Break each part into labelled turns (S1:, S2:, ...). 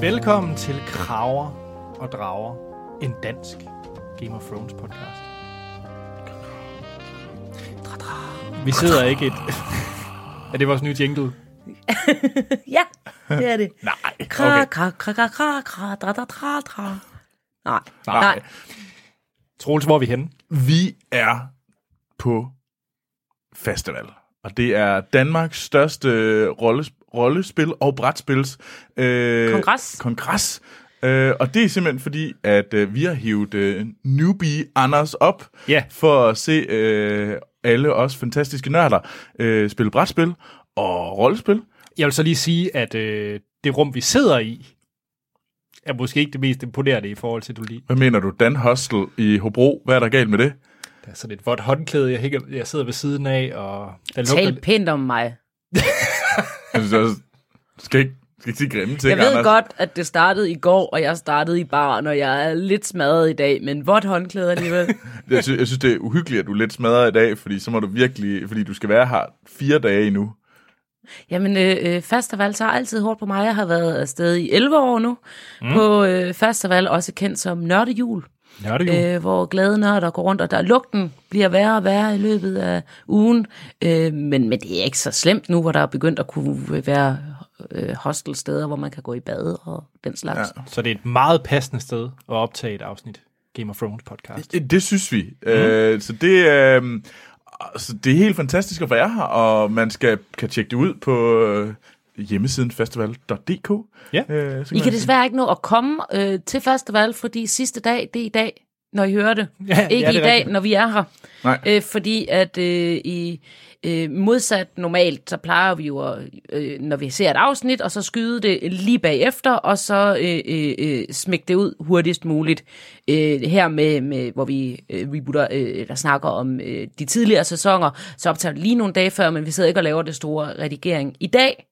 S1: Velkommen til Kraver og Drager, en dansk Game of Thrones podcast. Vi sidder ikke et... er det vores nye jingle?
S2: Ja, det er det.
S3: Nej,
S2: Kra,
S1: Okay.
S2: kra, kra, kra, kra, kra, dra, dra, dra, dra. Nej,
S1: Nej.
S2: nej. nej.
S1: Troels, hvor er vi henne?
S3: vi er på festival, og det er Danmarks største øh, rolles, rollespil og brætspils øh,
S2: Kongres.
S3: kongres. Øh, og det er simpelthen fordi, at øh, vi har hivet øh, newbie Anders op
S1: Ja.
S3: for at se øh, alle os fantastiske nørder øh, spille brætspil og rollespil.
S1: Jeg vil så lige sige, at øh, det rum, vi sidder i, er måske ikke det mest imponerende i forhold til, du lige...
S3: Hvad mener du? Dan Hostel i Hobro. Hvad er der galt med det?
S1: Der er sådan et vådt håndklæde, jeg, hænger, jeg sidder ved siden af, og der
S2: Tal
S1: lugter...
S2: pænt om mig.
S3: Jeg synes også, du skal ikke, du skal ikke sige grimme ting,
S2: Jeg ved
S3: Anders.
S2: godt, at det startede i går, og jeg startede i baren, og jeg er lidt smadret i dag, men vådt håndklæde alligevel.
S3: Jeg synes, jeg synes, det er uhyggeligt, at du er lidt smadret i dag, fordi så må du virkelig, fordi du skal være her fire dage endnu.
S2: Jamen, øh, øh, festival tager altid hårdt på mig. Jeg har været afsted i 11 år nu mm. på øh, festival, også kendt som nørdejul.
S1: Nørdehjul.
S2: øh, hvor glæden er, der går rundt, og der lugten bliver værre og værre i løbet af ugen. Øh, men, men det er ikke så slemt nu, hvor der er begyndt at kunne være øh, hostelsteder, hvor man kan gå i bad og den slags. Ja.
S1: Så det er et meget passende sted at optage et afsnit Game of Thrones podcast.
S3: Det, det synes vi. Mm. Øh, så det, øh, så det er helt fantastisk at være her, og man skal, kan tjekke det ud på øh, hjemmesiden festival.dk.
S1: Ja.
S3: Øh, så
S2: I
S3: man-
S2: kan desværre ikke nå at komme øh, til festival, fordi sidste dag, det er i dag, når I hører det.
S1: Ja,
S2: ikke
S1: ja, det
S2: i
S1: er
S2: dag,
S1: rigtigt.
S2: når vi er her.
S3: Nej.
S2: Øh, fordi at øh, i øh, modsat normalt, så plejer vi jo, at, øh, når vi ser et afsnit, og så skyde det lige bagefter, og så øh, øh, øh, smække det ud hurtigst muligt. Øh, her med, med, hvor vi øh, rebooter, øh, eller snakker om øh, de tidligere sæsoner, så optager vi lige nogle dage før, men vi sidder ikke og laver det store redigering. I dag,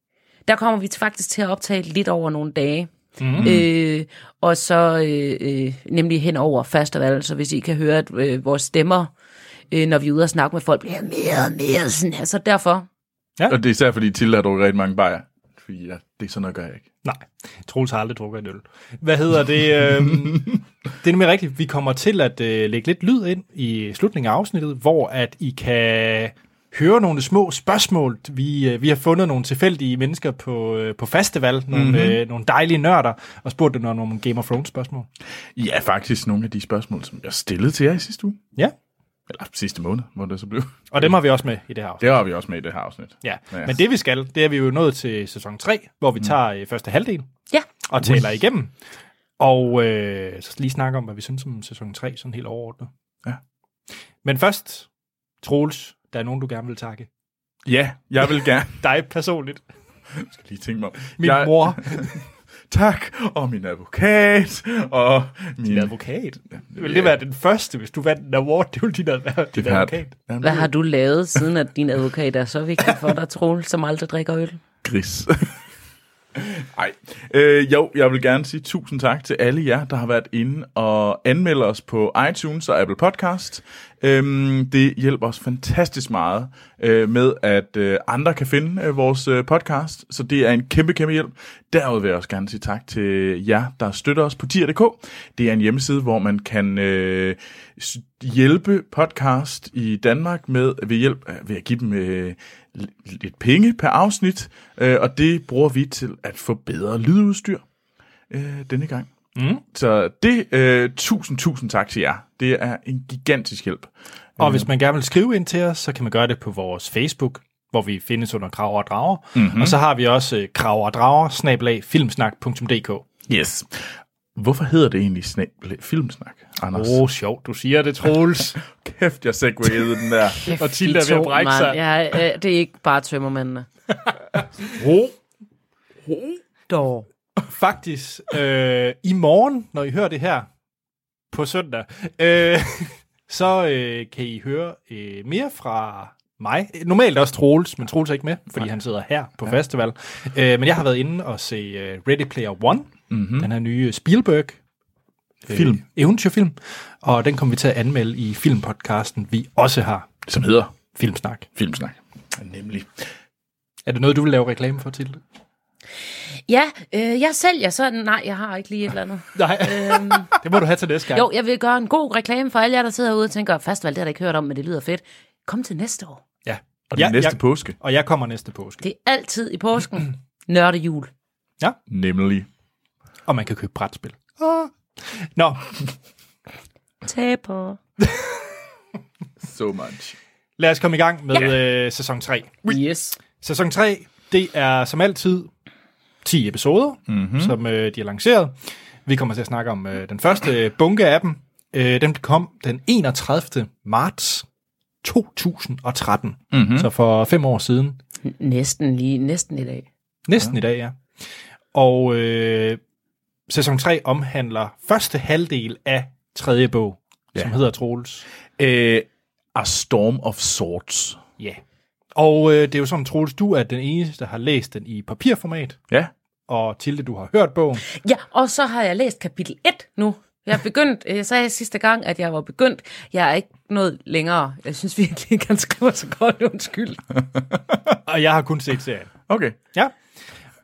S2: der kommer vi faktisk til at optage lidt over nogle dage. Mm. Øh, og så øh, øh, nemlig hen over festival, så hvis I kan høre, at øh, vores stemmer, øh, når vi er ude og snakke med folk, bliver mere og mere sådan her. Så derfor,
S3: Og det er især, fordi Tilde har drukket rigtig mange bajer. Fordi ja, det er sådan noget, gør jeg ikke.
S1: Nej, Troels har aldrig drukket en øl. Hvad hedder det? øhm, det er nemlig rigtigt. Vi kommer til at øh, lægge lidt lyd ind i slutningen af afsnittet, hvor at I kan høre nogle små spørgsmål. Vi, øh, vi har fundet nogle tilfældige mennesker på, øh, på festival, nogle, mm-hmm. øh, nogle dejlige nørder, og spurgt dem om nogle Game of Thrones spørgsmål.
S3: Ja, faktisk nogle af de spørgsmål, som jeg stillede til jer i sidste uge.
S1: Ja,
S3: Eller sidste måned, hvor det så blev.
S1: og dem har vi også med i det her afsnit.
S3: Det har vi også med i det her afsnit.
S1: Ja,
S3: Ja.
S1: men det vi skal, det er vi jo nået til sæson 3, hvor vi tager øh, første halvdel
S2: ja,
S1: og taler igennem. Og øh, så lige snakke om, hvad vi synes om sæson 3, sådan helt overordnet.
S3: Ja.
S1: Men først, Troels, der er nogen, du gerne vil takke.
S3: Ja, jeg vil gerne.
S1: Dig personligt.
S3: Jeg skal lige tænke mig om.
S1: Min
S3: jeg,
S1: jeg... mor.
S3: tak, og min advokat, og min...
S1: Din advokat. Vil det være den første, hvis du vandt en award? Det ville din, ad- din
S3: er-
S1: advokat.
S3: Jamen,
S2: hvad
S3: det er
S2: har du lavet, siden at din advokat er så vigtig for dig, Troel, som aldrig drikker øl?
S3: Gris. Ej. Øh, jo, jeg vil gerne sige tusind tak til alle jer, der har været inde og anmelder os på iTunes og Apple Podcast. Øhm, det hjælper os fantastisk meget øh, med, at øh, andre kan finde øh, vores øh, podcast, så det er en kæmpe, kæmpe hjælp. Derudover vil jeg også gerne sige tak til jer, der støtter os på tier.dk. Det er en hjemmeside, hvor man kan øh, s- hjælpe podcast i Danmark med ved hjælp af- ved at give dem øh, l- lidt penge per afsnit, øh, og det bruger vi til at få bedre lydudstyr øh, denne gang. Mm. Så det, øh, tusind, tusind tak til jer. Det er en gigantisk hjælp.
S1: Og hvis man gerne vil skrive ind til os, så kan man gøre det på vores Facebook, hvor vi findes under Krav og Drager. Mm-hmm. Og så har vi også øh, Krav og Drager, snablag, filmsnak.dk.
S3: Yes. Hvorfor hedder det egentlig sna- filmsnak, Anders?
S1: Åh, oh, sjovt, du siger det, Troels.
S3: Kæft, jeg segwayede den der.
S1: Og Tilda er ved at brække sig.
S2: Ja, øh, det er ikke bare tømmermændene.
S1: Ro.
S2: Dog.
S1: Faktisk, øh, i morgen, når I hører det her, på søndag, øh, så øh, kan I høre øh, mere fra mig. Normalt også Troels, men Troels er ikke med, fordi han sidder her på ja. festival. Øh, men jeg har været inde og se øh, Ready Player One, mm-hmm. den her nye Spielberg øh,
S3: Film.
S1: eventyrfilm, og den kommer vi til at anmelde i filmpodcasten, vi også har
S3: Som hedder
S1: Filmsnak.
S3: filmsnak. Nemlig.
S1: Er det noget, du vil lave reklame for, Tilde?
S2: Ja, øh, jeg sælger sådan. Nej, jeg har ikke lige et eller andet.
S1: Nej,
S2: øhm,
S1: det må du have til næste gang.
S2: jo, jeg vil gøre en god reklame for alle jer, der sidder herude og tænker, festival, det har jeg ikke hørt om, men det lyder fedt. Kom til næste år.
S1: Ja.
S3: Og det er
S1: Ja,
S3: næste
S1: ja.
S3: påske,
S1: Og jeg kommer næste påske.
S2: Det er altid i påsken. Nørdejul.
S3: nemlig.
S1: Og man kan købe brætspil. Ah. Nå,
S2: Taber.
S3: So much.
S1: lad os komme i gang med ja. øh, sæson 3.
S2: Yes.
S1: Sæson 3, det er som altid 10 episoder, mm-hmm. som øh, de har lanceret. Vi kommer til at snakke om øh, den første bunke af dem. Øh, den kom den 31. marts 2013, mm-hmm. så for fem år siden.
S2: Næsten lige, næsten i dag.
S1: Næsten ja. i dag, ja. Og øh, sæson 3 omhandler første halvdel af tredje bog, ja. som hedder Troels.
S3: Øh, A Storm of Swords.
S1: Ja. Og øh, det er jo sådan, Troels, du er den eneste, der har læst den i papirformat,
S3: Ja.
S1: og Tilde, du har hørt bogen.
S2: Ja, og så har jeg læst kapitel 1 nu. Jeg er begyndt, jeg sagde sidste gang, at jeg var begyndt. Jeg er ikke noget længere. Jeg synes virkelig ikke, han skriver så godt, undskyld.
S1: Og jeg har kun set serien.
S3: Okay.
S1: Ja.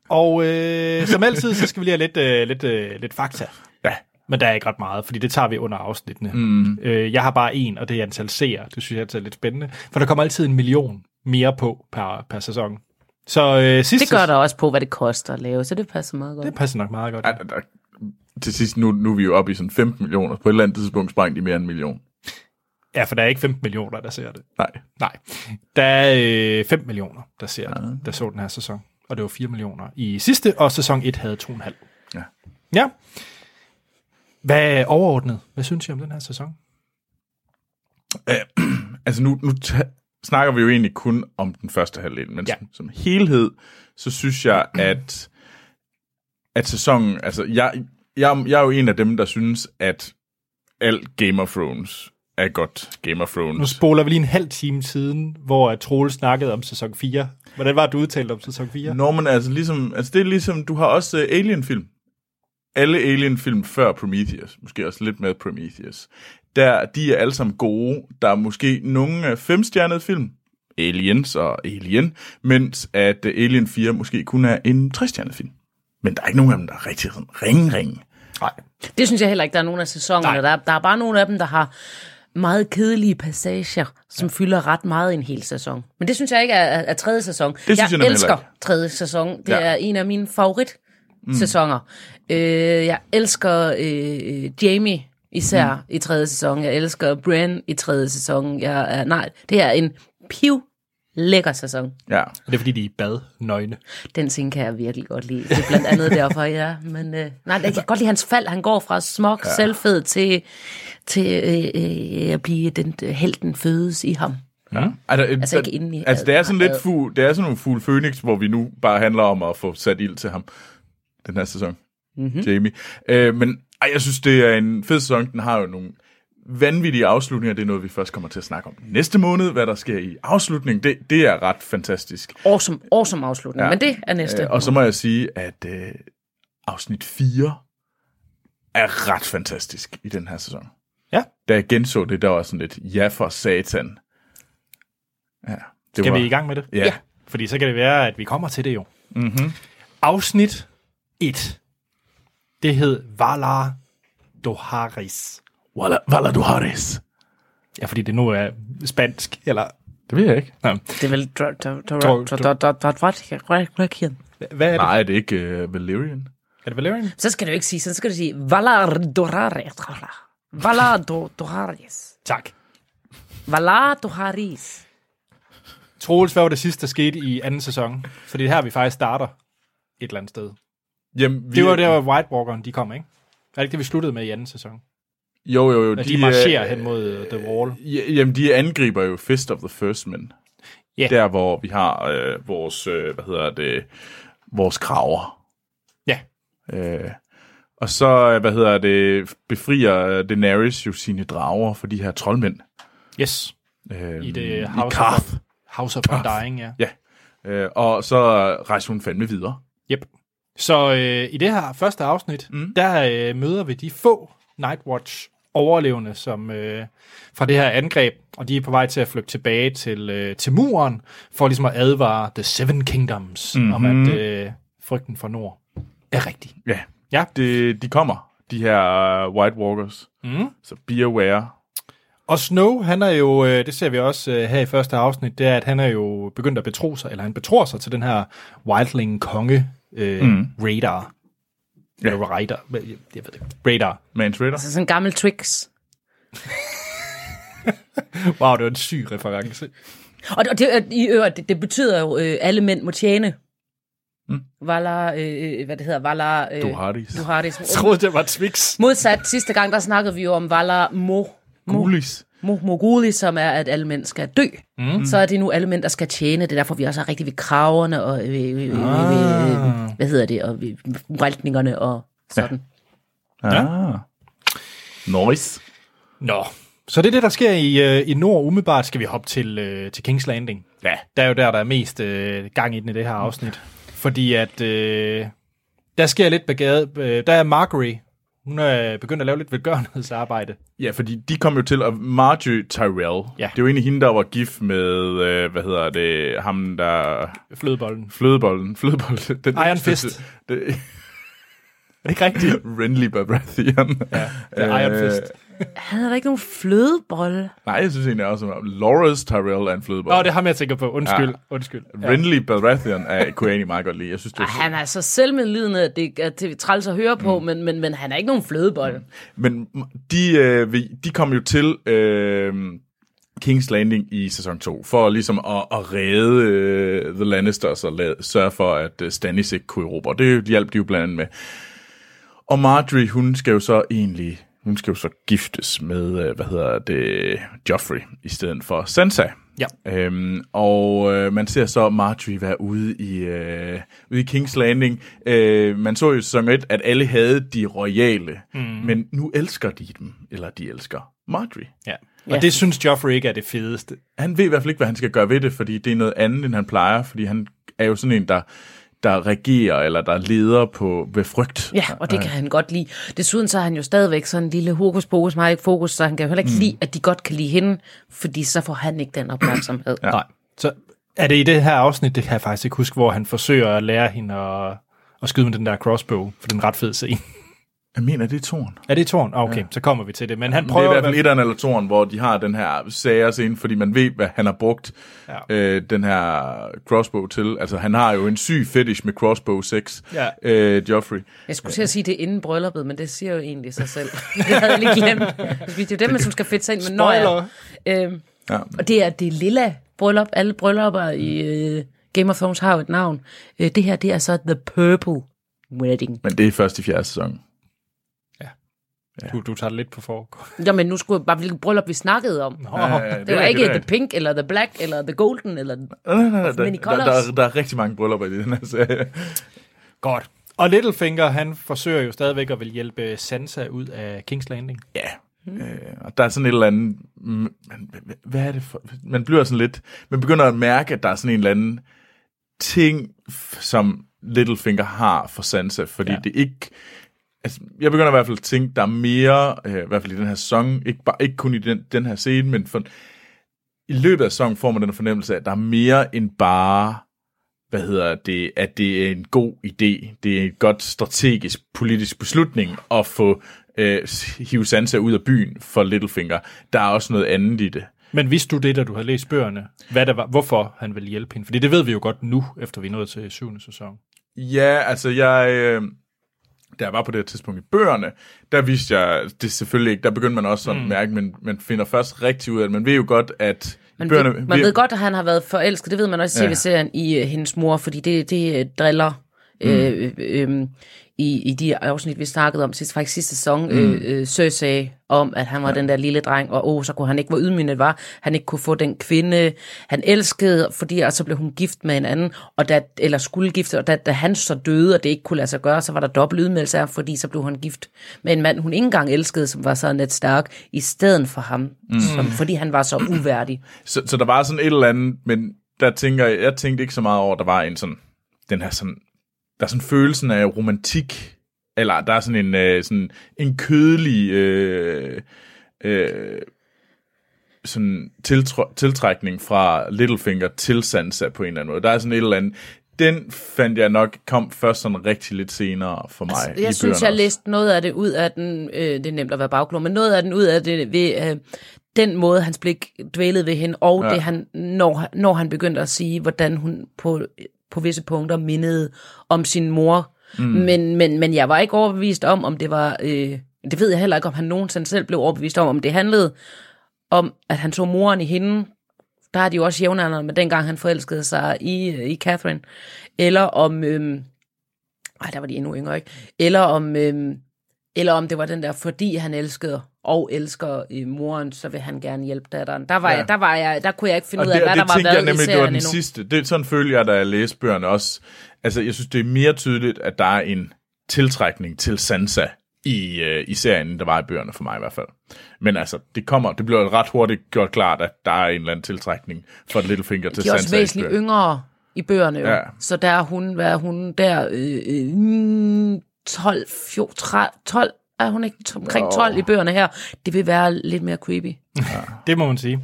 S1: Og øh, som altid, så skal vi lige have lidt, øh, lidt, øh, lidt fakta.
S3: Ja.
S1: Men der er ikke ret meget, fordi det tager vi under afsnittene. Mm. Øh, jeg har bare en, og det er antal seere. Det synes jeg altid er lidt spændende. For der kommer altid en million mere på per, per sæson. Så øh, sidste...
S2: Det gør der også på, hvad det koster at lave, så det passer meget godt.
S1: Det passer nok meget godt.
S3: Ej, der, der, til sidst, nu, nu er vi jo oppe i sådan 15 millioner. På et eller andet tidspunkt sprang de mere end en million.
S1: Ja, for der er ikke 15 millioner, der ser det.
S3: Nej.
S1: Nej. Der er øh, 5 millioner, der ser det, der så den her sæson. Og det var 4 millioner i sidste, og sæson 1 havde 2,5.
S3: Ja.
S1: Ja. Hvad er overordnet? Hvad synes I om den her sæson?
S3: Altså nu, nu ta- snakker vi jo egentlig kun om den første halvdel, men
S1: Ja.
S3: ja. som, som helhed, så synes jeg, at, at sæsonen... Altså, jeg, jeg, jeg er jo en af dem, der synes, at alt Game of Thrones er godt Game of
S1: Nu
S3: Thrones.
S1: spoler vi lige en halv time siden, hvor at Troel snakkede om sæson 4. Hvordan var det, du udtalte om sæson 4?
S3: Nå, men altså, ligesom, altså det er ligesom, du har også uh, Alien-film. Alle Alien-film før Prometheus, måske også lidt med Prometheus. Der, de er alle sammen gode. Der er måske nogle af femstjernede film, Aliens og Alien, mens at uh, Alien 4 måske kun er en trestjernet film. Men der er ikke nogen af dem, der er rigtig sådan ring, ring.
S1: Nej.
S2: Det synes jeg heller ikke, der er nogen af
S1: Nej.
S2: sæsonerne. Der, er- der er bare nogle af dem, der har meget kedelige passager, som ja. fylder ret meget i en hel sæson. Men det synes jeg ikke er, er, er tredje sæson. Det
S3: synes
S2: jeg
S3: jeg nemlig
S2: elsker
S3: heller
S2: tredje sæson. Det
S3: Ja.
S2: ja. er en af mine favorit sæsoner. Øh, jeg elsker øh, Jamie især mm. i tredje sæson. Jeg elsker Bran i tredje sæson. Jeg er, nej, det er en piv lækker sæson.
S3: Ja.
S1: Det er fordi, de er i bad nøgne.
S2: Den scene kan jeg virkelig godt lide. Det er blandt andet derfor, ja. Men øh, nej, jeg kan godt lide hans fald. Han går fra smuk, ja. selvfed til, til øh, øh, at blive den øh, helten fødes i ham.
S1: Mm.
S3: Ja. Altså, altså,
S2: ikke inde i
S3: altså, det er
S2: ad-
S3: sådan lidt
S2: ad-
S3: fugl, det er sådan nogle fugl Phoenix, hvor vi nu bare handler om at få sat ild til ham den her sæson.
S2: Mhm.
S3: Mm-hmm. Jamie. Øh, men ej, jeg synes, det er en fed sæson. Den har jo nogle vanvittige afslutninger. Det er noget, vi først kommer til at snakke om næste måned. Hvad der sker i afslutningen, det, det er ret fantastisk.
S2: Awesome, awesome afslutning. Ja. Men det er næste.
S3: Øh, og så må jeg sige, at øh, afsnit 4 er ret fantastisk i den her sæson.
S1: Ja.
S3: Da jeg genså det, der var sådan lidt, ja for satan. Ja, det
S1: Skal
S3: var,
S1: vi i gang med det?
S3: Ja. ja.
S1: Fordi så kan det være, at vi kommer til det jo. Mm-hmm. Afsnit 1. Det hed Valar Doharis.
S3: Vala, vala du har det.
S1: Ja, fordi det nu er spansk, eller...
S3: Det ved jeg ikke.
S1: Nej,
S2: Det er vel...
S1: Tror- hvad er det?
S3: Nej, er det ikke uh, Valerian?
S1: Er det Valerian?
S2: Så skal du ikke sige sådan, så skal du sige Valar Dorares. Valar do- Dorares.
S1: Tak.
S2: Valar Dorares.
S1: Troels, hvad var det sidste, der skete i anden sæson? Fordi det er her, vi faktisk starter et eller andet sted.
S3: Jamen, vi,
S1: Det var der, hvor White Walkerne de kom, ikke? Er det ikke det, vi sluttede med i anden sæson?
S3: Jo, jo, jo.
S1: Når de, de marcherer hen mod øh, The Wall.
S3: ja, Jamen, de angriber jo Fist of the First Men.
S1: Ja.
S3: Der, hvor vi har øh, vores, øh, hvad hedder det, vores kraver.
S1: Ja.
S3: Øh, og så, øh, hvad hedder det, befrier øh, Daenerys jo sine drager for de her troldmænd.
S1: Yes.
S3: Øh,
S1: I det
S3: i
S1: House,
S3: Karth.
S1: of, House of Undying, ja.
S3: Ja. Øh, og så rejser hun fandme videre.
S1: Yep. Så øh, i det her første afsnit, mm. der øh, møder vi de få Nightwatch overlevende som øh, fra det her angreb, og de er på vej til at flygte tilbage til øh, til muren for ligesom at advare The Seven Kingdoms mm-hmm. om at øh, frygten fra nord. er rigtig.
S3: Ja.
S1: Ja.
S3: Det, de kommer, de her øh, White Walkers.
S1: Mm.
S3: Så beware.
S1: Og Snow, han er jo, øh, det ser vi også øh, her i første afsnit, det er, at han er jo begyndt at betro sig, eller han betror sig til den her Wildling-konge øh, mm. radar.
S3: Ja.
S1: Ja. Eller radar, jeg jeg ved det. ikke. Radar.
S3: Mans Ritter.
S2: Altså sådan en gammel tricks.
S1: Wow, det var en syg reference.
S2: Og det, og det, i øvrigt, det, det betyder jo, øh, alle mænd må tjene. Mm. Valar, øh, hvad det hedder, Valar... Øh,
S3: Duhardis.
S1: Jeg
S2: Duhardis.
S1: troede, det var Twix.
S2: Modsat sidste gang, der snakkede vi jo om Valar Mo, Mo,
S3: Gulis.
S2: Mo, Moguli, som er, at alle mænd skal dø. Mm. Så er det nu alle mænd, der skal tjene. Det er derfor, vi også er rigtig ved kraverne og øh, ved, ved, ved, ved, ved, øh, hvad hedder det, og ved vræltningerne og sådan.
S3: Ah. Nice.
S1: Nå, så det er det, der sker i, øh, i Nord. Umiddelbart skal vi hoppe til, øh, til King's Landing.
S3: Ja.
S1: Der er jo der, der er mest øh, gang i den i det her afsnit. Fordi at øh, der sker lidt begade. Øh, der er Margery. Hun er begyndt at lave lidt velgørenhedsarbejde.
S3: Ja, fordi de kom jo til at Marjorie Tyrell.
S1: Ja.
S3: Det var egentlig hende, der var gift med, øh, hvad hedder det, ham der...
S1: Flødebollen.
S3: Flødebollen. Flødebollen. Den
S1: Iron Fist.
S3: Det,
S1: Ikke rigtigt?
S3: Renly Baratheon. Ja,
S1: det er
S3: Øh,
S1: Iron Fist.
S2: Havde der ikke nogen flødebolle?
S3: Nej, jeg synes egentlig også, at Loras Tyrell er en flødebold.
S1: Nå, det er ham, jeg tænker på. Undskyld.
S3: Ja.
S1: Ja. Undskyld.
S3: Ja. Renly Baratheon er, kunne jeg egentlig meget godt lide. Jeg synes, det
S2: Ej,
S3: var
S2: han er så selvmedlidende, at det, at det er træls at høre på, mm. men, men, men han er ikke nogen flødebolle.
S3: Men de, øh, vi- de kom jo til øh, King's Landing i sæson 2, for ligesom at, at redde øh, The Lannisters og lad, sørge for, at øh, Stannis ikke kunne erobre. Det hjalp de jo blandt andet med. Og Marjorie, hun skal jo så egentlig, hun skal jo så giftes med, øh, hvad hedder det, Joffrey, i stedet for Sansa.
S1: Ja.
S3: Øhm, og øh, man ser så Marjorie være ude i, øh, ude i King's Landing. Øh, man så jo i sæson 1, at alle havde de royale, mm. men nu elsker de dem, eller de elsker Marjorie.
S1: Ja. Og
S2: Ja.
S1: det synes Joffrey ikke er det fedeste.
S3: Han ved i hvert fald ikke, hvad han skal gøre ved det, fordi det er noget andet, end han plejer, fordi han er jo sådan en, der, der regerer, eller der leder på ved frygt.
S2: Ja, og det kan han godt lide. Desuden så er han jo stadigvæk sådan en lille hokus pokus, meget ikke fokus, så han kan jo heller ikke mm. lide, at de godt kan lide hende, fordi så får han ikke den opmærksomhed. ja.
S1: Nej. Så er det i det her afsnit, det kan jeg faktisk ikke huske, hvor han forsøger at lære hende at, at skyde med den der crossbow, for den ret fed scene.
S3: Jeg mener, det er toren.
S1: Er det i tårn? Ah, Okay, ja. så kommer vi til det. Men han
S3: Prøv
S1: prøver...
S3: det er i hvert fald
S1: at-
S3: etteren eller toren, hvor de har den her sager scene, fordi man ved, hvad han har brugt ja.
S1: Ja.
S3: øh, den her crossbow til. Altså, han har jo en syg fetish med crossbow 6,
S1: Ja.
S3: øh, Joffrey.
S2: Jeg skulle til at sige, det er inden brylluppet, men det siger jo egentlig sig selv. det havde jeg lige glemt. Fordi Det er jo dem, som skal fedte sig ind, men når jeg... Øhm,
S3: Ja.
S2: og det er det lilla bryllup. Alle bryllupper i øh, Game of Thrones har jo et navn. Øh, det her, det er så The Purple Wedding.
S3: Men det er først i fjerde sæson.
S1: Du, du tager det lidt på forkant.
S2: Jamen, nu skulle jeg bare, hvilket bryllup vi snakkede om.
S1: Nå,
S3: Ja, ja, ja,
S2: Det var
S3: rigtigt,
S2: ikke
S3: er
S2: The
S3: rigtigt.
S2: Pink, eller The Black, eller The Golden, eller...
S3: Nej, nej, nej, nej,
S2: many
S3: der, der,
S2: colours.
S3: der, der er rigtig mange bryllupper i den her serie.
S1: Godt. Og Littlefinger, han forsøger jo stadigvæk at vil hjælpe Sansa ud af King's Landing.
S3: Ja. Øh, og der er sådan et eller andet... mm, Man, hvad er det for... Man bliver sådan lidt... Man begynder at mærke, at der er sådan en eller anden ting, f- som Littlefinger har for Sansa, fordi ja.
S1: Ja.
S3: det ikke... Altså, jeg begynder i hvert fald at tænke, der er mere, øh, i hvert fald i den her sæson, ikke, bare, ikke kun i den, den her scene, men for, i løbet af sæsonen får man den fornemmelse af, at der er mere end bare hvad hedder det, at det er en god idé, det er en godt strategisk politisk beslutning at få øh, hive Sansa ud af byen for Littlefinger. Der er også noget andet i det.
S1: Men vidste du det, da du havde læst bøgerne? Hvad der var, hvorfor han ville hjælpe hende? Fordi det ved vi jo godt nu, efter vi er nået til syvende sæson.
S3: Ja, altså jeg... Øh, da jeg var på det her tidspunkt i bøgerne, der vidste jeg det selvfølgelig ikke. Der begyndte man også sådan mm. at mærke, men man finder først rigtig ud af det. Man ved jo godt, at... i
S2: Man,
S3: bøgerne,
S2: ved, man ved godt, at han har været forelsket. Det ved man også i
S3: Ja.
S2: tv-serien i øh, hendes mor, fordi det, det øh, driller øh, øh, øh, i, i de afsnit, vi snakkede om sidst, faktisk sidste sæson. Øh, øh, Sø sagde om, at han var den der lille dreng, og åh, så kunne han ikke, hvor ydmygende var. Han ikke kunne få den kvinde, han elskede, fordi og så blev hun gift med en anden, og da, eller skulle gifte, og da, da han så døde, og det ikke kunne lade sig gøre, så var der dobbelt ydmygelse af, fordi så blev hun gift med en mand, hun ikke engang elskede, som var så net stark, i stedet for ham, mm. som, fordi han var så uværdig.
S3: Så, så der var sådan et eller andet, men der tænker jeg, jeg tænkte ikke så meget over, at der var en sådan, den her sådan, der er sådan følelsen af romantik, eller der er sådan en, øh, sådan en kødelig øh, øh, sådan tiltr- tiltrækning fra Littlefinger til Sansa på en eller anden måde. Der er sådan et eller andet, den fandt jeg nok kom først sådan rigtig lidt senere for mig altså, i
S2: Jeg synes,
S3: bøgerne
S2: jeg
S3: også.
S2: læste noget af det ud af den, øh, det er nemt at være bagklog, men noget af den ud af det ved øh, den måde, hans blik dvælede ved hende, og
S3: Ja.
S2: ja. det han, når, når han begyndte at sige, hvordan hun på, på visse punkter mindede om sin mor. Mm. Men, men, men jeg var ikke overbevist om, om det var... Øh, det ved jeg heller ikke, om han nogensinde selv blev overbevist om, om det handlede om, at han så moren i hende, der er de jo også jævnaldrende med dengang han forelskede sig i, øh, i Catherine, eller om, øhm, ej, der var de endnu yngre, ikke? Eller om, øhm, eller om det var den der, fordi han elskede og elsker øh, moren, så vil han gerne hjælpe datteren. Der, var
S3: Ja.
S2: ja. jeg, der, var jeg, der kunne jeg ikke finde
S3: Og
S2: ud af,
S3: det,
S2: hvad
S3: det
S2: der var
S3: tænkte
S2: været
S3: jeg nemlig,
S2: i
S3: det var
S2: serien
S3: den
S2: endnu.
S3: sidste. Det, sådan følte jeg, da jeg læste bøgerne også. Altså, jeg synes, det er mere tydeligt, at der er en tiltrækning til Sansa i, øh, i serien, end der var i bøgerne for mig i hvert fald. Men altså, det kommer, det bliver ret hurtigt gjort klart, at der er en eller anden tiltrækning for Littlefinger til
S2: De er også
S3: Sansa. i
S2: væsentligt
S3: bøgerne.
S2: yngre i bøgerne, jo.
S3: Ja.
S2: Ja. Så der er hun, hvad er hun der? Øh, øh, mm, 12, 14, 12, er hun ikke omkring 12 i bøgerne her? Det vil være lidt mere creepy.
S1: Det må man sige.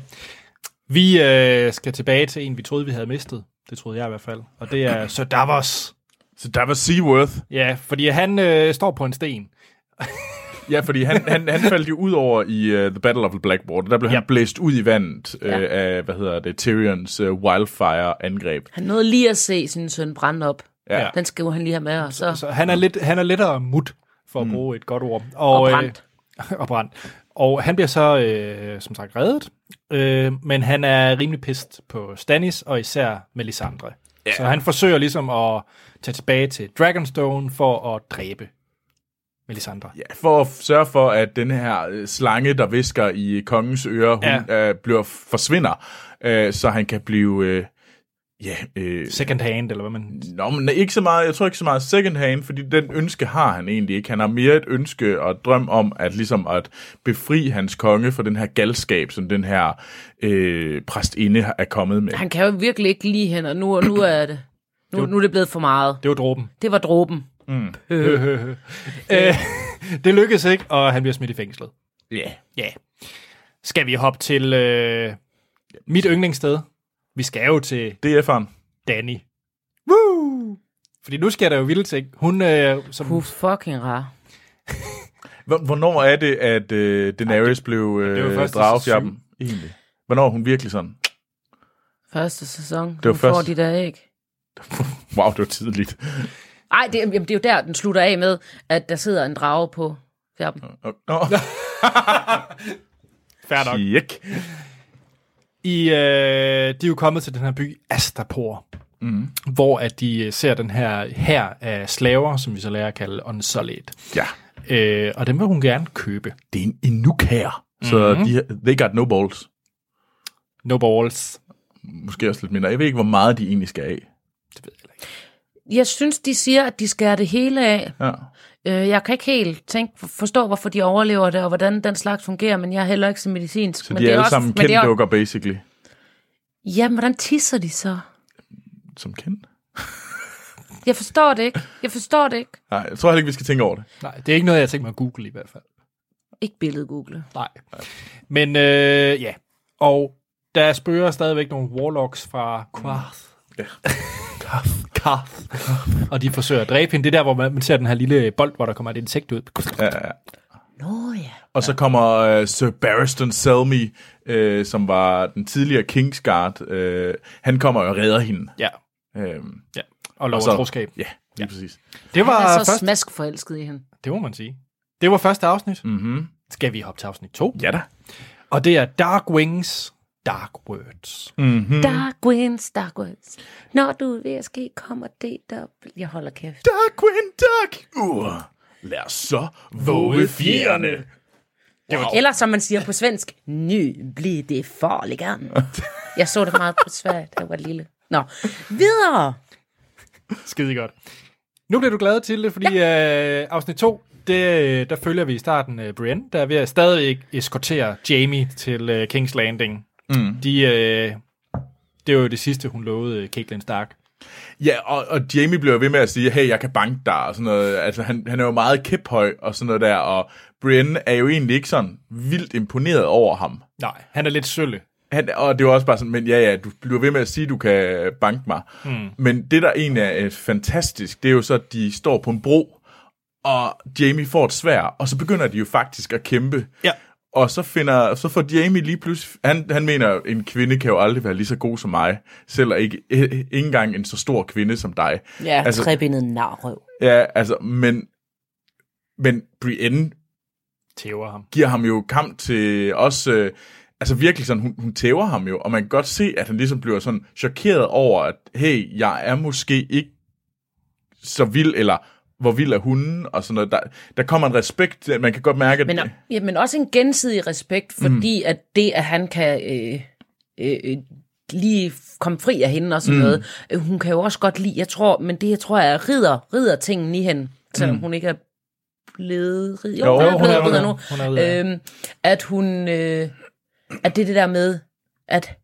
S1: Vi øh, skal tilbage til en, vi troede, vi havde mistet. Det troede jeg i hvert fald. Og det er Sir Davos.
S3: Så der var Seaworth.
S1: Ja, fordi han øh, står på en sten.
S3: Ja, fordi han, han, han faldt jo ud over i uh, The Battle of the Blackwater. Der blev ja.
S1: Ja.
S3: han blæst ud i vandet uh,
S2: Ja.
S3: af, hvad hedder det, Tyrions uh, wildfire-angreb.
S2: Han nåede lige at se sin søn brænde op.
S3: Ja.
S1: Ja.
S2: Den skriver han lige her med, og så,
S1: Så han er, lidt, han er lettere mut, for at bruge et godt ord. Og,
S2: og brændt.
S1: Øh, og brændt. Og han bliver så, øh, som sagt, reddet. Øh, men han er rimelig pist på Stannis, og især Melisandre. Ja. Så han forsøger ligesom at tage tilbage til Dragonstone for at dræbe Melisandre.
S3: Ja, for at sørge for, at den her øh, slange, der visker i kongens ører, hun ja. øh, bliver, forsvinder, øh, så han kan blive... Øh, ja, øh,
S1: Second hand, eller hvad man...
S3: Nå, men ikke så meget, jeg tror ikke så meget second hand, fordi den ønske har han egentlig ikke. Han har mere et ønske og et drøm om at, ligesom at befri hans konge fra den her galskab, som den her øh, præstinde er kommet med.
S2: Han kan jo virkelig ikke lide hende, og nu, nu er det... Nu, nu er det blevet for meget.
S1: Det var dråben.
S2: Det var dråben.
S1: Øh, det lykkes ikke, og han bliver smidt i fængslet.
S3: Ja.
S1: Ja. Yeah. Skal vi hoppe til øh, mit yndlingssted? Vi skal jo til
S3: Det er faren.
S1: Danny. Woo! Fordi nu sker der jo vilde ting. Hun, øh, som,
S2: Who fucking rar.
S3: Hvor- Hvornår er det, at øh, Daenerys blev
S1: det var
S3: øh,
S1: først i
S3: dragefjappen? Egentlig. Hvornår er hun virkelig sådan?
S2: Første sæson. Det
S3: var
S2: var hun får
S3: første-
S2: de der æg.
S3: Wow, det var tidligt.
S2: Ej, det, jamen, det er jo der, den slutter af med, at der sidder en drage på fjerpen.
S3: Nå,
S1: fair nok.
S3: Tjek.
S1: I, øh, de er jo kommet til den her by Astapor,
S3: Mhm.
S1: mm. hvor at de øh, ser den her her af slaver, som vi så lærer at kalde Unsullied.
S3: Ja,
S1: Øh, og dem vil hun gerne købe.
S3: det er en inuk her. Så mm-hmm. de, they got no balls.
S1: No balls.
S3: Måske også lidt mindre. Jeg ved ikke, hvor meget de egentlig skal af.
S1: Det ved jeg heller ikke.
S2: Jeg synes, de siger, at de skærer det hele af.
S3: Ja.
S2: Øh, jeg kan ikke helt tænke, forstå, hvorfor de overlever det, og hvordan den slags fungerer, men jeg er heller ikke så medicinsk.
S3: Så
S2: men
S3: de er,
S2: det
S3: alle
S2: også-
S3: sammen
S2: men det er-
S3: kenddukker, basically.
S2: Jamen, hvordan tisser de så?
S3: Som kendt?
S2: Jeg forstår det ikke. Jeg forstår det ikke.
S3: Nej, jeg tror heller ikke, vi skal tænke over det.
S1: Nej, det er ikke noget, jeg har tænkt mig at google i hvert fald.
S2: Ikke billedgoogle.
S1: Nej. Men øh, ja, og der spørger stadigvæk nogle warlocks fra Quarth.
S3: Ja.
S1: Quarth. Quarth. Og de forsøger at dræbe hende. Det er der, hvor man, man ser den her lille bold, hvor der kommer et insekt ud.
S3: Ja, ja.
S2: Nå ja.
S3: Og så kommer uh, Sir Barristan Selmy, uh, som var den tidligere Kingsguard. Uh, han kommer og redder hende.
S1: Ja,
S3: Uh,
S1: ja. Og
S3: og
S1: lover
S3: så,
S1: troskab.
S3: Ja, lige ja. præcis.
S1: Det
S2: Han
S1: var
S2: er så
S1: første,
S2: smaskforelsket i hende.
S1: det må man sige. Det var første afsnit.
S3: Mm-hmm.
S1: Skal vi hoppe til afsnit 2?
S3: Ja da.
S1: Og det er Dark Wings, Dark Words.
S3: Mm-hmm.
S2: Dark winds, dark winds. Når du er ved at ske, kommer det der... Jeg holder kæft.
S3: Duck, Quinn, duck! Uh, lad os så våge fjerne.
S2: Eller som man siger på svensk, nu bliver det farligere. Jeg så det meget på Sverige, da jeg var lille. Nå, videre!
S1: Skide godt. Nu bliver du glad til det, fordi ja. øh, afsnit 2, det, øh, der følger vi i starten øh, Brienne, der er ved at stadig eskortere Jamie til øh, King's Landing. Mm. De, øh, det var jo det sidste, hun lovede øh, Catelyn Stark.
S3: Ja, og, og Jamie bliver ved med at sige, hey, jeg kan banke dig, og sådan noget. Altså, han, han er jo meget kæphøj og sådan noget der, og Brienne er jo egentlig ikke sådan vildt imponeret over ham.
S1: Nej, han er lidt sølle.
S3: han, og det var også bare sådan, men ja, ja, du bliver ved med at sige, du kan banke mig. Mm. Men det, der egentlig er øh, fantastisk, det er jo så, at de står på en bro, og Jamie får et svær, og så begynder de jo faktisk at kæmpe.
S1: Ja.
S3: Og så, finder, så får Jamie lige pludselig... Han, han mener, en kvinde kan jo aldrig være lige så god som mig, selv og ikke, eh, ikke engang en så stor kvinde som dig.
S2: Ja,
S3: Altså-
S2: altså, trebindet narrøv.
S3: Ja, altså, men, men Brienne
S1: Tæver ham.
S3: giver ham jo kamp til også... Øh, altså virkelig sådan, hun, hun tæver ham jo, og man kan godt se, at han ligesom bliver sådan chokeret over, at hey, jeg er måske ikke så vild, eller hvor vild er hunden, og sådan noget. Der, der kommer en respekt, man kan godt mærke, at...
S2: Men, ja, men også en gensidig respekt, fordi mm. at det, at han kan øh, øh, øh, lige komme fri af hende og sådan mm. noget, øh, hun kan jo også godt lide, jeg tror, men det jeg tror jeg er ridder, ridder tingen i hende, selvom mm. hun ikke er blevet ridder. Jo, jo, hun er blevet ridder nu.
S1: Hun er ridder.
S2: Øhm, at hun, øh, at det er det der med, at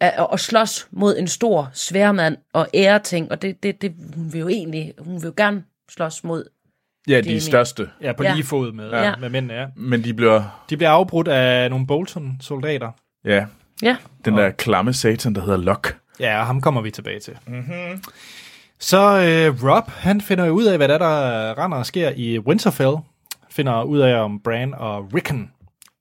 S2: at, at slås mod en stor sværmand og æreting, og det, det, det, hun vil jo egentlig, hun vil jo gerne slås mod
S3: ja, de
S2: Jamie.
S3: er største,
S1: Ja, på
S2: ja.
S1: lige fod med,
S2: Ja.
S1: ja. med mændene, ja.
S3: men de bliver...
S1: De bliver afbrudt af nogle Bolton-soldater.
S3: Ja,
S2: Ja,
S3: den der klamme satan, der hedder Locke.
S1: Ja, og ham kommer vi tilbage til. Mm-hmm. Så øh, Rob, han finder jo ud af, hvad der, er, der render og sker i Winterfell. Finder ud af om Bran og Rickon.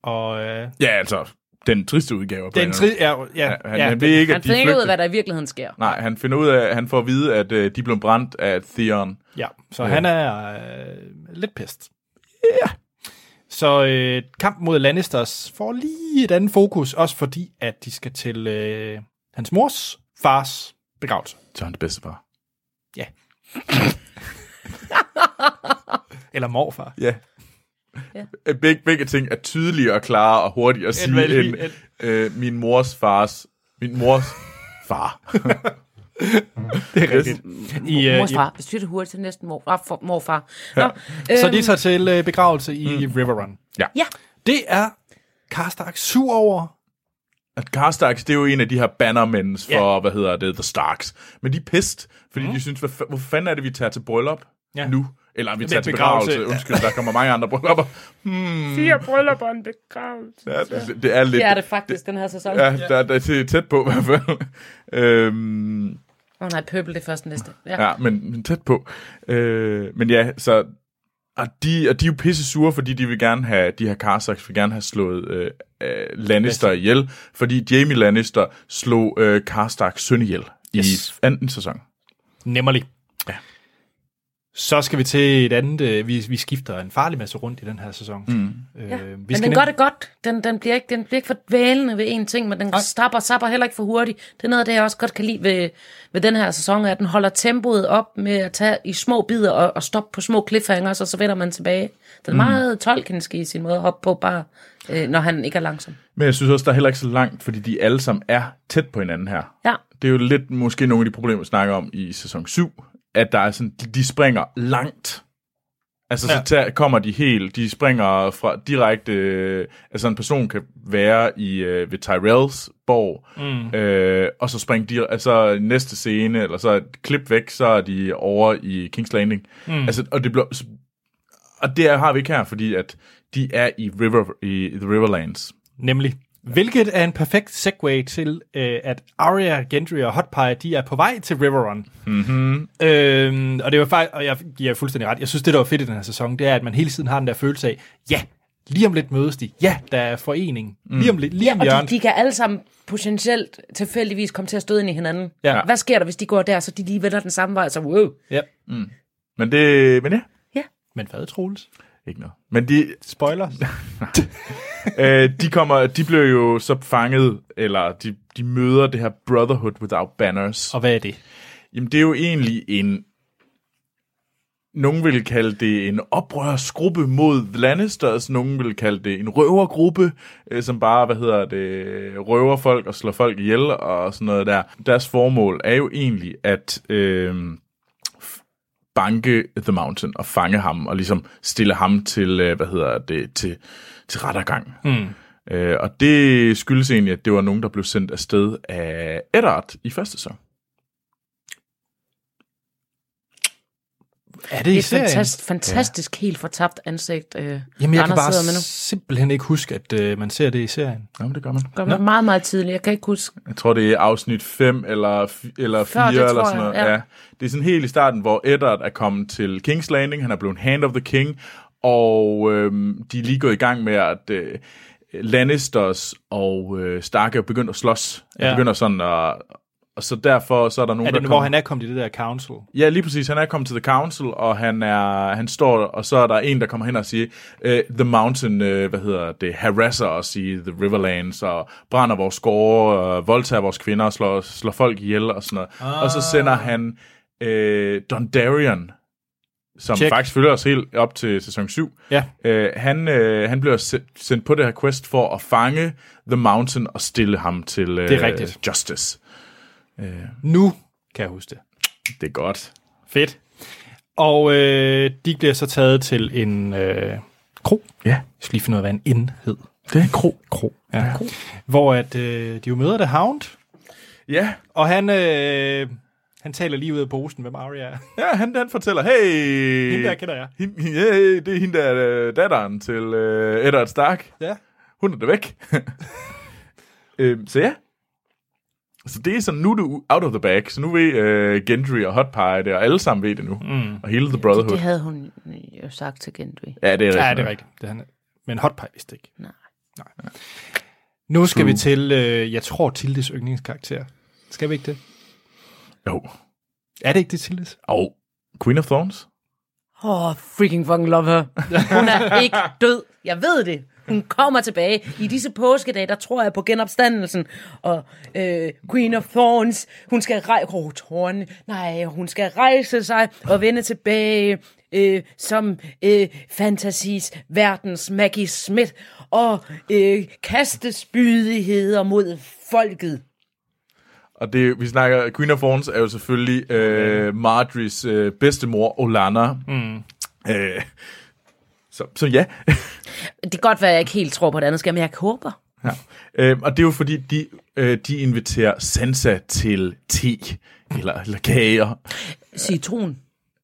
S1: Og øh,
S3: Ja, altså, den triste udgave. af
S1: den
S3: Brandon.
S1: tri- ja, ja,
S3: Ja, han,
S1: ja,
S3: han ved ikke,
S2: han
S3: at de
S2: finder ikke ud af,
S3: flygtede.
S2: hvad der i virkeligheden sker.
S3: Nej, han finder ud af, han får at vide, at øh, de blev brændt af Theon.
S1: ja, så han er øh, lidt pist. Ja. Så øh, kampen mod Lannisters får lige et andet fokus, også fordi, at de skal til øh, hans mors fars begravelse.
S3: Så er han det bedste far.
S1: Ja. Eller morfar.
S3: Ja. ja. Beg, begge ting er tydelige og klare og hurtige at sige,
S1: hvad de-
S3: end øh, min mors fars, min mors far.
S1: Det er rigtigt. I, øh,
S2: Mors
S1: i-
S2: far. Styr det hurtigt til næsten mor, ah, for, morfar. Nå, øhm, ja.
S1: Så de tager til øh, begravelse i mm. Riverrun.
S2: ja.
S1: Det er Karstark sur over.
S3: At Starks, det er jo en af de her bannermænds for, hvad hedder det, The Starks. Men de er pissed, fordi mm. de synes, hvad, fa- hvor fanden er det, vi tager til bryllup ja.
S1: Ja.
S3: nu? Eller vi tager til
S1: begravelse.
S3: begravelse. Undskyld, der kommer mange andre bryllupper. Hmm.
S4: Fire bryllupper og en begravelse.
S3: Ja, det, det er lidt...
S2: Det er det faktisk, den her sæson. Åh
S3: Ja, der, der, det er tæt på i hvert fald. øhm,
S2: oh, nej, pøbel, det er først næste. Ja.
S3: Ja, men, men tæt på. Øh, men ja, så... Og de, og de er jo pisse sure, fordi de vil gerne have, de her Karsaks vil gerne have slået øh, øh, Lannister ihjel, fordi Jamie Lannister slog øh, Karstaks søn ihjel yes.
S1: Yes.
S3: i anden sæson.
S1: Nemmerlig. Ja. Så skal vi til et andet. Øh, vi, vi skifter en farlig masse rundt i den her sæson. Mm. Øh, ja. vi
S2: Men den gør det godt. Den, den, bliver ikke, den bliver ikke for dvælende ved én ting, men den stapper og sapper heller ikke for hurtigt. Det er noget af det, jeg også godt kan lide ved, ved den her sæson, at den holder tempoet op med at tage i små bidder og, og stoppe på små cliffhangers, og så vender man tilbage.
S1: Mm.
S2: Den er meget tolkenske i sin måde at hoppe på, bare øh, når han ikke er langsom.
S3: Men jeg synes også, der er heller ikke så langt, fordi de alle sammen er tæt på hinanden her.
S2: Ja.
S3: Det er jo lidt måske nogle af de problemer, vi snakker om i sæson 7, at der er sådan, de, de springer langt. Altså, ja. så
S1: Ja.
S3: tager, kommer de helt, de springer fra direkte, øh, altså en person kan være i øh, ved Tyrells borg, mm. øh, og så springer de, altså næste scene, eller så et klip væk, så er de over i King's Landing. Mm. Altså, og det bliver, og det er- har vi ikke her, fordi at de er i, river, i The Riverlands.
S1: Nemlig. Hvilket er en perfekt segue til, øh, at Arya, Gendry og Hotpie, de er på vej til Riverrun. Mm-hmm. Øhm, og det var faktisk, og jeg giver fuldstændig ret, jeg synes, det der var fedt i den her sæson, det er, at man hele tiden har den der følelse af, ja, lige om lidt mødes de, ja, der er forening, mm. lige om lidt, lige om
S2: Og de,
S1: hjørnet.
S2: de kan alle sammen potentielt tilfældigvis komme til at støde ind i hinanden.
S1: Ja.
S2: Hvad sker der, hvis de går der, så de lige vender den samme vej? Så wow.
S1: Ja.
S3: Men det, men ja,
S1: Men hvad, Troels?
S3: ikke noget. Men de,
S1: Spoilers.
S3: Øh, de kommer, de bliver jo så fanget, eller de, de møder det her Brotherhood Without Banners.
S1: og hvad er det?
S3: Jamen, det er jo egentlig en... Nogen vil kalde det en oprørsgruppe mod The Lannisters, nogen vil kalde det en røvergruppe, øh, som bare, hvad hedder det, røver folk og slår folk ihjel og sådan noget der. Deres formål er jo egentlig at øh, f- banke The Mountain og fange ham og ligesom stille ham til, øh, hvad hedder det, til, til rettergang. Mm. Øh, og det skyldes egentlig, at det var nogen, der blev sendt afsted af Eddard i første sæson.
S1: Er det,
S2: Det
S1: i
S2: er et
S1: serien?
S2: fantastisk, fantastisk helt fortabt ansigt, øh,
S1: Jamen, jeg kan
S2: Anders sidder med
S1: bare
S2: nu.
S1: simpelthen ikke huske, at øh, man ser det i serien.
S3: Nå, men det gør man.
S2: Gør man meget, meget tidligt. Jeg kan ikke huske.
S3: Jeg tror, det er afsnit 5 eller, f- eller
S2: Før
S3: 4
S2: det,
S3: eller
S2: tror
S3: sådan noget.
S2: jeg, ja.
S3: Det er sådan helt i starten, hvor Eddard er kommet til King's Landing. Han er blevet Hand of the King. Og øhm, de er lige gået i gang med, at øh, Lannisters og øh, Stark er begyndt at slås. Ja.
S1: Ja.
S3: begynder sådan at... Og så derfor så er der nogen,
S1: Er det,
S3: der
S1: hvor
S3: kommer...
S1: han er kommet i det der council?
S3: Ja, lige præcis. Han er kommet til The Council, og han, er, han står, der, og så er der en, der kommer hen og siger, øh, The Mountain, øh, hvad hedder det, harasser os i The Riverlands, og brænder vores skove, og voldtager vores kvinder, og slår, slår folk ihjel og sådan noget. Ah. Og så sender han øh, Dondarrion, som Check.
S1: Check.
S3: faktisk følger os helt op til sæson 7.
S1: Ja.
S3: Øh, han, øh, han bliver se- sendt på det her quest for at fange The Mountain og stille ham til øh,
S1: Det er rigtigt.
S3: Justice.
S1: Nu kan jeg huske det.
S3: Det er godt.
S1: Fedt. Og øh, de bliver så taget til en øh, kro.
S3: Ja,
S1: Jeg skal lige finde ud af, hvad en ind hed.
S3: det er en kro.
S1: Kro. Ja. ja. Hvor at, øh, de jo møder The Hound,
S3: Ja,
S1: og han, øh, han taler lige ud af posen, hvem Arya er.
S3: Ja, han, han fortæller, hey...
S1: Hende der kender jeg.
S3: Hende, hey, det er hende der øh, datteren til øh, Eddard Stark.
S1: Ja.
S3: Hun er da væk. øhm, så ja. Så det er sådan, nu er du out of the bag. Så nu ved øh, Gendry og Hot Pie det, og alle sammen ved det nu. Mm. Og hele The Brotherhood.
S2: Det havde hun jo sagt til Gendry.
S3: Ja, det er rigtigt.
S1: Ja, det
S3: nok.
S1: er rigtigt. Det er han. Men hotpie vidste ikke.
S2: Nej.
S1: Nej. Nu skal vi til, øh, jeg tror, Tildes yndlingskarakter. Skal vi ikke det?
S3: Jo.
S1: Er det ikke det, Tildes?
S3: Og Queen of Thorns.
S2: Åh, oh, freaking fucking love her. Hun er ikke død. Jeg ved det. Hun kommer tilbage. I disse påskedage, der tror jeg på genopstandelsen. Og øh, Queen of Thorns, hun skal rejse... Oh, tårne. Nej, hun skal rejse sig og vende tilbage øh, som øh, fantasies verdens Maggie Smith. Og øh, kaste spydigheder mod folket.
S3: Og det, vi snakker, Queen of Thorns er jo selvfølgelig øh, Marjories øh, bedstemor, Olana. Mm. Øh, så, så ja,
S2: Det kan godt være, at jeg ikke helt tror på det andet skal, men jeg håber.
S3: Ja. Øhm, og det er jo fordi, de, øh, de inviterer Sansa til te, eller, eller kager.
S2: Citron.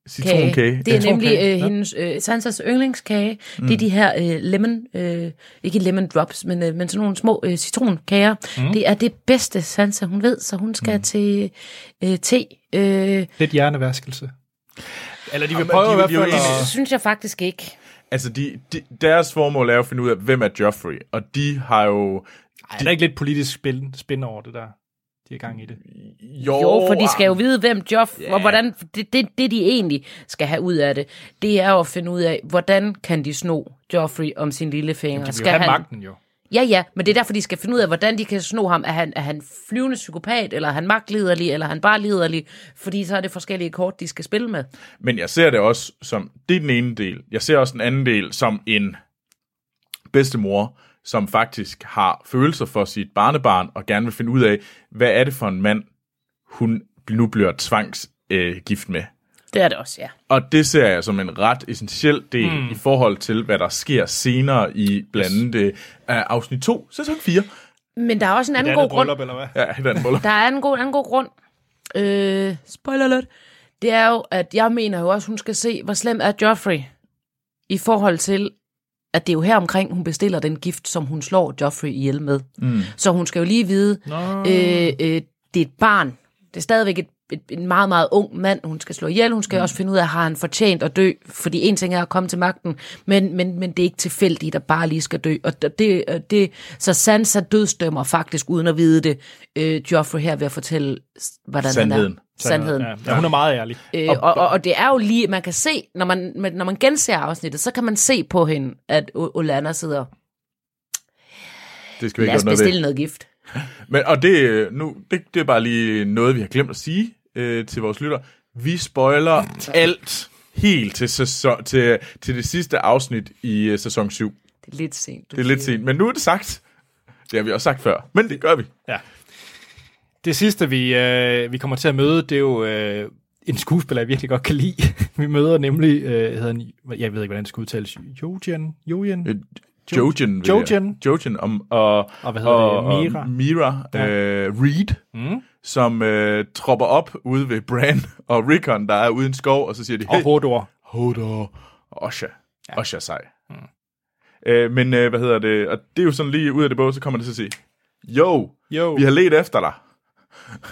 S3: Citronkage.
S2: Det er
S3: Citronkage.
S2: nemlig øh, hendes, øh, Sansas yndlingskage. Mm. Det er de her øh, lemon, øh, ikke lemon drops, men, øh, men sådan nogle små øh, citronkager. Mm. Det er det bedste, Sansa hun ved, så hun skal mm. til øh, te. Øh,
S1: Lidt hjernevaskelse. Eller de vil
S3: Jamen,
S1: prøve
S3: de-
S1: i hvert
S3: de vil
S1: fald
S3: jo egentlig-
S2: det
S1: at...
S2: synes jeg faktisk ikke.
S3: Altså, de, de, deres formål er jo at finde ud af, hvem er Joffrey, og de har jo...
S1: Ej, Er der ikke lidt politisk spin, spin over det der? De er i gang i det.
S3: Jo,
S2: Jo, for de skal jo
S1: ah.
S2: vide, hvem Joff, yeah. og hvordan, det, det, det de egentlig skal have ud af det, det er jo at finde ud af, hvordan kan de sno Joffrey om sin lillefinger.
S1: De vil
S2: skal
S1: jo have
S2: han,
S1: magten jo.
S2: Ja, ja, men det er derfor, de skal finde ud af, hvordan de kan sno ham. Er han, er han flyvende psykopat, eller er han magtliderlig, eller er han bare liderlig? Fordi så er det forskellige kort, de skal spille med.
S3: Men jeg ser det også som... Det er den ene del. Jeg ser også den anden del som en bedstemor, som faktisk har følelser for sit barnebarn, og gerne vil finde ud af, hvad er det for en mand, hun nu bliver tvangsgift øh, gift med.
S2: Det er det også, ja.
S3: Og det ser jeg som en ret essentiel del mm. i forhold til, hvad der sker senere i blandt andet øh, afsnit 2, sæson 4.
S2: Men der er også en anden god grund.
S1: bryllup, eller hvad?
S3: Ja, den måler.
S2: Der er en god, anden god grund. Øh, spoiler alert. Det er jo, at jeg mener jo også, hun skal se, hvor slem er Joffrey i forhold til, at det er jo her omkring, hun bestiller den gift, som hun slår Joffrey ihjel med. Mm. Så hun skal jo lige vide, øh, øh, det er et barn. Det er stadigvæk et, et, en meget, meget ung mand, hun skal slå ihjel. Hun skal mm. også finde ud af, har han fortjent at dø? Fordi en ting er at komme til magten, men, men, men det er ikke tilfældigt, der bare lige skal dø. Og det- det, og det, så Sansa dødsdømmer faktisk, uden at vide det, øh, Joffrey her ved at fortælle, s- hvordan han
S3: Sandheden.
S2: er. Sandheden.
S1: Ja, ja, hun er meget ærlig.
S2: Øh, og, og, og det er jo lige, man kan se, når man, men når man genser afsnittet, så kan man se på hende, at O- Olana sidder,
S3: Det skal vi
S2: lad
S3: ikke
S2: os
S3: gøre noget
S2: bestille
S3: ved.
S2: noget gift.
S3: Men, og det, øh, nu, det, det er bare lige noget, vi har glemt at sige øh, til vores lytter. Vi spoiler alt helt til, sæson, til, til det sidste afsnit i øh, sæson 7.
S2: Det er lidt sent. Du
S3: Det er lidt
S2: siger.
S3: sent, men nu er det sagt. Det har vi også sagt før, men det gør vi.
S1: Ja. Det sidste, vi, øh, vi kommer til at møde, det er jo øh, en skuespiller, jeg virkelig godt kan lide. vi møder nemlig, øh, hedder han, jeg ved ikke, hvordan det skal udtales, Jojen? Jojen?
S3: Øh, Jojen. ved jeg.
S1: Jojen.
S3: Jojen. Om, og,
S1: Og hvad hedder det? Mira.
S3: Og Mira
S1: Ja.
S3: øh, Reed, mm. som øh, tropper op ude ved Bran og Rickon, der er ude i en skov, og så siger de,
S1: Og Hodor.
S3: Hodor og Osha. Ja. Osha er sej. Mm. Øh, men øh, hvad hedder det? Og det er jo sådan lige ud af det bog, så kommer det til at sige, Jo,
S1: Jo.
S3: vi har let efter dig.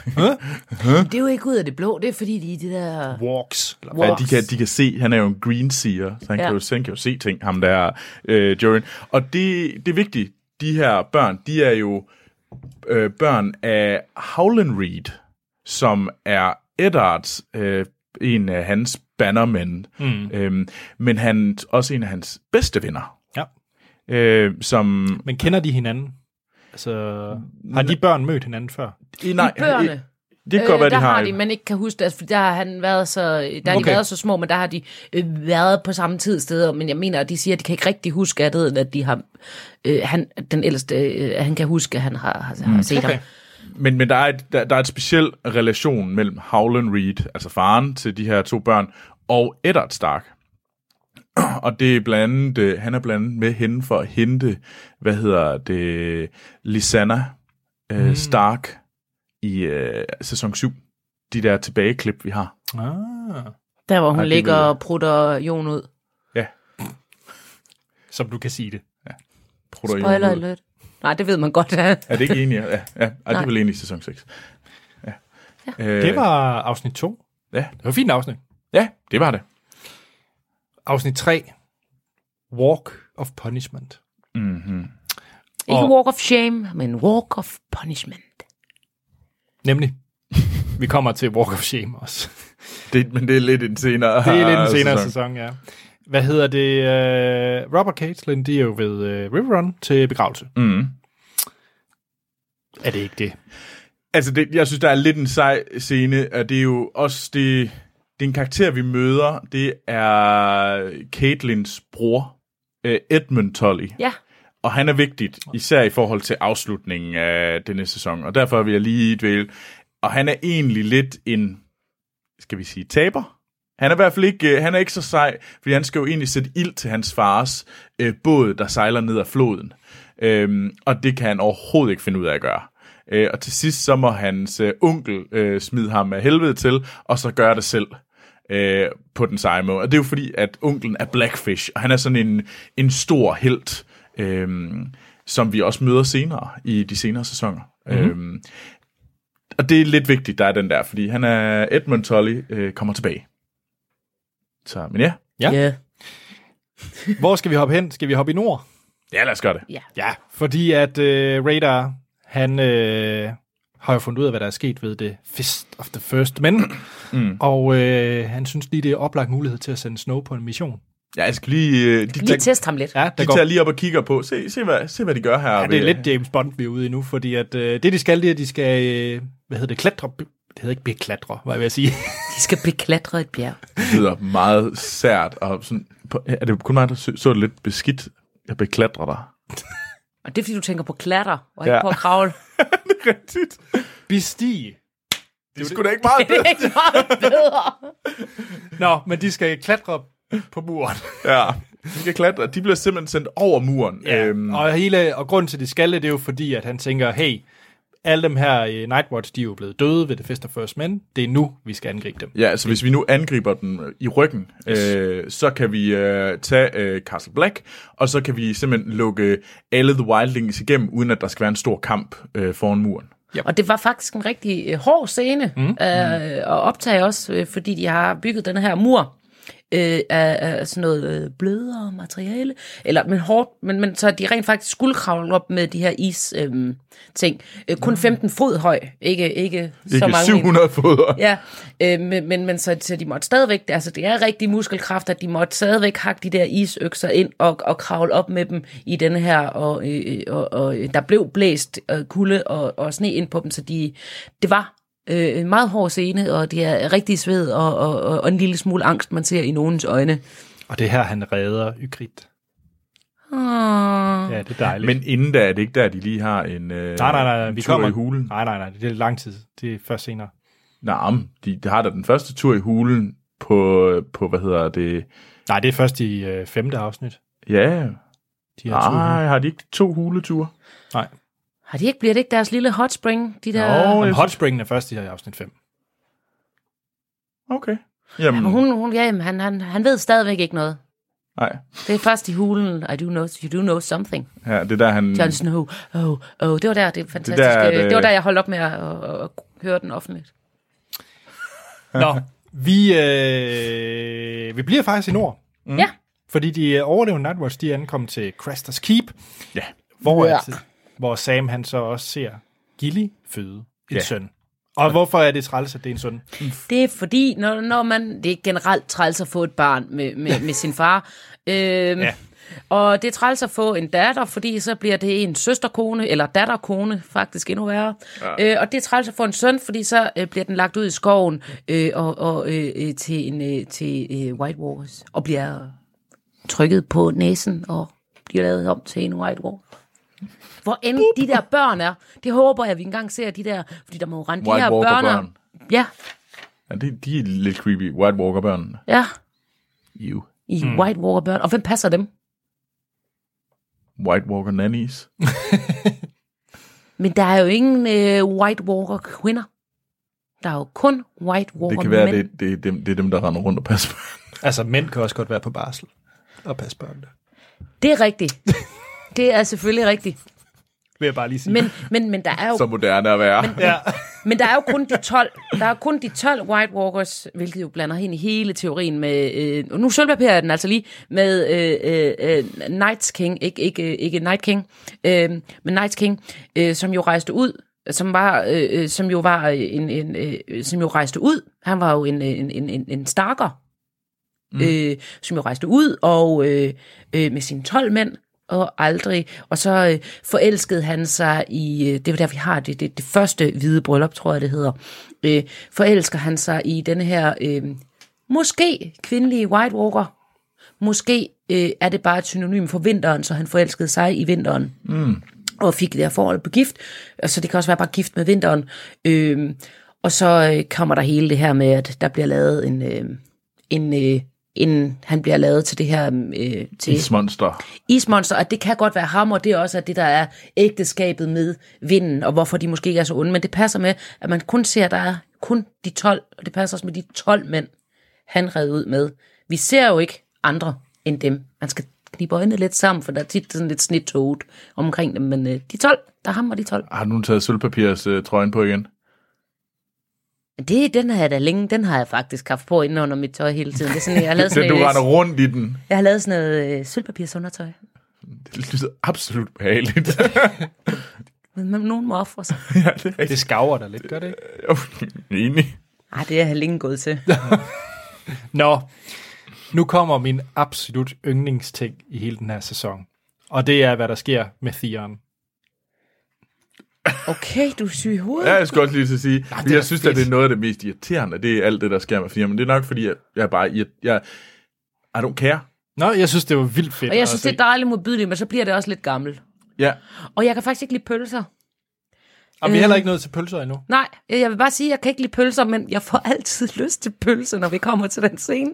S2: Det er jo ikke ud af det blå, det er fordi, de er de der...
S1: Walks. Eller
S3: Ja,
S1: hvad?
S3: de, kan, de kan se, han er jo en green seer, så han, ja.
S2: Ja.
S3: kan, jo, så han kan jo se ting, ham der øh, Jorin. Og det, det er vigtigt, de her børn, de er jo øh, børn af Howland Reed, som er Eddards, øh, en af hans bannermænd, mm. øhm, men han også en af hans bedste venner,
S1: Ja.
S3: øh, som...
S1: Men kender de hinanden? Altså, har de børn mødt hinanden før?
S3: I, nej,
S2: børnene?
S3: øh, Det kan godt være,
S2: der
S3: de har,
S2: de,
S3: en-
S2: man ikke kan huske det, altså, fordi der har han været så, der har
S1: Okay.
S2: de været så små, men der har de øh, været på samme tid steder, men jeg mener, at de siger, at de kan ikke rigtig huske andet, end at de har, øh, han, den ældste, øh, han kan huske, at han har, har,
S3: Mm.
S2: har set okay. ham.
S3: Men, men der, er et, der, der er et speciel relation mellem Howland Reed, altså faren til de her to børn, og Eddard Stark. Og det er blandt andet, øh, han er blandt andet med hende for at hente, hvad hedder det, Lisanna øh, mm. Stark i øh, sæson 7. De der tilbageklip, vi har.
S1: Ah,
S2: Der, hvor hun Ej,
S3: Ej, det
S2: ligger
S3: ved jeg.
S2: og prutter Jon ud.
S3: Ja,
S1: som du kan sige det.
S3: prutter i
S2: Spoiler
S3: hovedet.
S2: alert. Nej, det ved man godt. Ja.
S3: Er det ikke egentlig? Ja, ja. Ej, det er
S2: Nej.
S3: vel egentlig i sæson 6. Ja. Øh,
S1: Det var afsnit 2.
S3: Ja,
S1: Det var et fint afsnit.
S3: ja, det var det.
S1: Afsnit 3. Walk of Punishment.
S2: Ikke
S1: Og-
S2: walk of shame, men walk of punishment.
S1: Nemlig. Vi kommer til Walk of Shame også.
S3: det. Men det er lidt en senere
S1: Det er lidt en senere sæson, ja. Hvad hedder det? øh, Robert Caitlin, de er jo ved øh, Riverrun til begravelse.
S3: Mm.
S1: Er det ikke det?
S3: Altså, det, jeg synes, der er lidt en sej scene, og det er jo også det... Det er en karakter, vi møder. Det er Caitlins bror, øh, Edmund Tully.
S2: Ja,
S3: Og han er vigtigt, især i forhold til afslutningen af denne sæson. Og derfor vil jeg lige dvæle. Og han er egentlig lidt en, skal vi sige, taber. Han er i hvert fald ikke, øh, han er ikke så sej, fordi han skal jo egentlig sætte ild til hans fars øh, båd, der sejler ned ad floden. Øhm, og det kan han overhovedet ikke finde ud af at gøre. Øh, og til sidst, så må hans øh, onkel øh, smide ham af helvede til, og så gøre det selv øh, på den seje måde. Og det er jo fordi, at onklen er Blackfish, og han er sådan en, en stor helt, øh, som vi også møder senere i de senere sæsoner. Mm-hmm. Øh, og det er lidt vigtigt, der er den der, fordi han er Edmund Tully øh, kommer tilbage. Så, men ja.
S1: Ja.
S2: ja.
S1: Hvor skal vi hoppe hen? Skal vi hoppe i nord?
S3: Ja, lad os gøre det.
S2: ja.
S1: Ja, fordi at øh, Radar, han øh, har jo fundet ud af, hvad der er sket ved det Fist of the First Men. Mm. Og øh, han synes lige, det er oplagt mulighed til at sende Snow på en mission.
S3: Ja, jeg skal lige... Øh, de,
S2: Lige
S3: de,
S2: test ham lidt.
S1: Ja, der
S3: de
S1: går,
S3: tager lige op og kigger på. Se, se, hvad, se hvad de gør her.
S1: ja, det er lidt James Bond, vi er ude i nu, fordi at, øh, det, de skal, det er, at de skal, øh, hvad hedder det, klatre, det hedder ikke beklatre, hvad jeg vil sige.
S2: De skal beklatre et bjerg.
S3: Det lyder meget sært. Og sådan, på, er det kun mig, der så, så det lidt beskidt? Jeg beklatrer dig.
S2: Og det er, fordi du tænker på klatter, og ikke
S3: Ja.
S2: på at kravle.
S3: Rigtigt.
S1: Bestige.
S3: Det er sgu da ikke meget
S2: Det er ikke meget bedre.
S1: Nå, men de skal klatre på muren.
S3: Ja, de kan klatre. De bliver simpelthen sendt over muren.
S1: Ja, øhm. og, hele, og grunden til, at de skal det, det er jo fordi, at han tænker, hey, alle dem her i Nightwatch, de er jo blevet døde ved det Fest of First Men. Det er nu, vi skal angribe dem.
S3: Ja, så hvis vi nu angriber den øh, i ryggen, yes. øh, så kan vi øh, tage øh, Castle Black, og så kan vi simpelthen lukke alle The Wildlings igennem, uden at der skal være en stor kamp øh, foran muren.
S2: Og det var faktisk en rigtig øh, hård scene mm. øh, at optage også, øh, fordi de har bygget den her mur øh, af, af sådan noget øh, blødere materiale, eller, men hårdt, men, men så de rent faktisk skulle kravle op med de her is øh, ting. Øh, kun 15 fod høj, ikke, ikke, så
S3: Ikke
S2: mange.
S3: 700 fod.
S2: Ja, øh, men, men, men så, så de måtte stadigvæk, altså det er rigtig muskelkraft, at de måtte stadigvæk hakke de der isøkser ind og, og kravle op med dem i denne her, og, øh, øh, og, og øh, der blev blæst øh, kulde og, og sne ind på dem, så de, det var øh, en meget hård scene, og det er rigtig sved og, og, og, og en lille smule angst, man ser i nogens øjne.
S1: Og det er her, han redder Ygritte.
S2: Ah.
S1: Ja, det er dejligt.
S3: Men inden da er det ikke der, de lige har en øh,
S1: nej, nej, nej, vi
S3: tur
S1: kommer.
S3: i hulen.
S1: Nej, nej, nej, det er lang tid. Det er først senere.
S3: Nej, men de, de har da den første tur i hulen på, på hvad hedder det?
S1: Nej, det er først i øh, femte afsnit.
S3: Ja,
S1: De her to.
S3: Nej, har de ikke to huleture?
S1: Nej.
S2: Har de ikke, bliver det ikke deres lille hot spring? De der...
S3: Nå,
S1: Jamen, Hot Springen er først i her i afsnit 5.
S3: Okay. Jamen,
S2: Jamen, hun, hun, ja, jamen, han, han, han ved stadigvæk ikke noget.
S3: nej.
S2: Det er først i hulen, I do know, you do know something.
S3: Ja, det er der, han...
S2: Jon Snow, oh, oh, Mm. det var der, øh, det fantastiske.
S3: der,
S2: Det,
S3: det-
S2: det... det var der, jeg holdt op med at, at, at høre den offentligt.
S1: Nå, vi, øh, vi bliver faktisk i Nord.
S2: Mm. Ja,
S1: Fordi de øh, overlevende Nightwatch, de er ankommet til Craster's Keep,
S3: Ja.
S1: hvor,
S2: Ja.
S1: ja. at, hvor Sam han så også ser Gilly føde en
S3: Ja.
S1: ja. søn. Og hvorfor er det træls, at det er en søn?
S2: det er fordi, når, når man, det er generelt træls at få et barn med, med, med sin far. Øhm,
S1: Ja.
S2: ja. Og det er træls at få en datter, fordi så bliver det en søsterkone, eller datterkone, faktisk endnu værre. Ja. Øh, og det er træls at få en søn, fordi så øh, bliver den lagt ud i skoven øh, og, og, øh, øh, til, en, øh, til øh, White Wars, og bliver trykket på næsen og bliver lavet om til en White Wars. Hvor end de der børn er, det håber jeg, at vi engang ser de der, fordi der må jo rende de
S3: White
S2: her
S3: Walker
S2: børn.
S3: børn.
S2: Ja,
S3: Ja, det, de er lidt creepy. White Walker-børnene.
S2: ja,
S3: You.
S2: i mm. White Walker børn. Og hvem passer dem?
S3: White Walker nannies.
S2: Men der er jo ingen øh, White Walker kvinder. Der er jo kun White Walker
S3: Det kan være,
S2: mænd.
S3: det, det, er dem, det er dem, der render rundt og passer på.
S1: Altså, mænd kan også godt være på barsel og passe børnene.
S2: det er rigtigt. Det er selvfølgelig rigtigt.
S1: Vil jeg bare lige sige.
S2: Men, men, men der er jo
S3: Så moderne at være. Men,
S1: Ja.
S2: Oh. Men der er jo kun de 12, der er kun de 12 White Walkers, hvilket jo blander ind i hele teorien med, øh, og nu sølvpapirer jeg den altså lige, med øh, øh, øh, Night's King, ikke, ikke, øh, ikke Night King, øh, men Night's King, øh, som jo rejste ud, som var, øh, øh, som jo var en, en øh, øh, som jo rejste ud, han var jo en, øh, en, en, en, en starker, mm. øh, som jo rejste ud og øh, øh, med sine 12 mænd og aldrig. Og så øh, forelskede han sig i, øh, det var der, vi har det, det, det første hvide bryllup, tror jeg, det hedder. Øh, forelsker han sig i denne her, øh, måske kvindelige White Walker. Måske øh, er det bare et synonym for vinteren, så han forelskede sig i vinteren. Mm. Og fik det her forhold på gift. Og så det kan også være bare gift med vinteren. Øh, og så øh, kommer der hele det her med, at der bliver lavet en... Øh, en, øh, en han bliver lavet til det her øh, til
S3: Ismonster.
S2: ismonster, at det kan godt være ham, og det er også at det, der er ægteskabet med vinden, og hvorfor de måske ikke er så onde, men det passer med, at man kun ser, at der er kun de 12, og det passer også med de 12 mænd, han red ud med. Vi ser jo ikke andre end dem. Man skal knibe øjnene lidt sammen, for der er tit sådan lidt snitoget omkring dem, men øh, de 12, der er ham og de 12.
S3: Har du nu taget sølvpapirs øh, trøjen på igen?
S2: Det, den har jeg da længe, den har jeg faktisk haft på inden under mit tøj hele tiden. Det er sådan, jeg har lavet
S3: Den,
S2: sådan,
S3: du render
S2: noget,
S3: rundt i den.
S2: jeg har lavet sådan noget øh, sølvpapirsundertøj.
S3: Det lyder absolut behageligt.
S2: Men men nogen må ofre sig.
S3: ja, det er
S1: Det
S3: rigtigt.
S1: skaver der lidt, gør det ikke?
S3: Jo, Enig.
S2: Ej, det er jeg længe gået til.
S1: Nå, nu kommer min absolut yndlingsting i hele den her sæson. Og det er, hvad der sker med Theon.
S2: Okay, du er syg i hovedet.
S3: Ja, jeg skulle også lige til at sige, Nej,
S1: er
S3: jeg synes, at
S1: fedt.
S3: det er noget af det mest irriterende, det er alt det, der sker med firma. Men det er nok, fordi jeg, jeg er bare... Jeg, jeg, I don't care.
S1: Nå, jeg synes, det var vildt fedt
S2: Og jeg
S1: at
S2: synes,
S1: se.
S2: det er dejligt modbydeligt, men så bliver det også lidt gammelt.
S3: Ja,
S2: Og jeg kan faktisk ikke lide pølser.
S1: Og vi er heller ikke nået til pølser endnu.
S2: Nej, jeg vil bare sige, at jeg kan ikke lide pølser, men jeg får altid lyst til pølser, når vi kommer til den scene.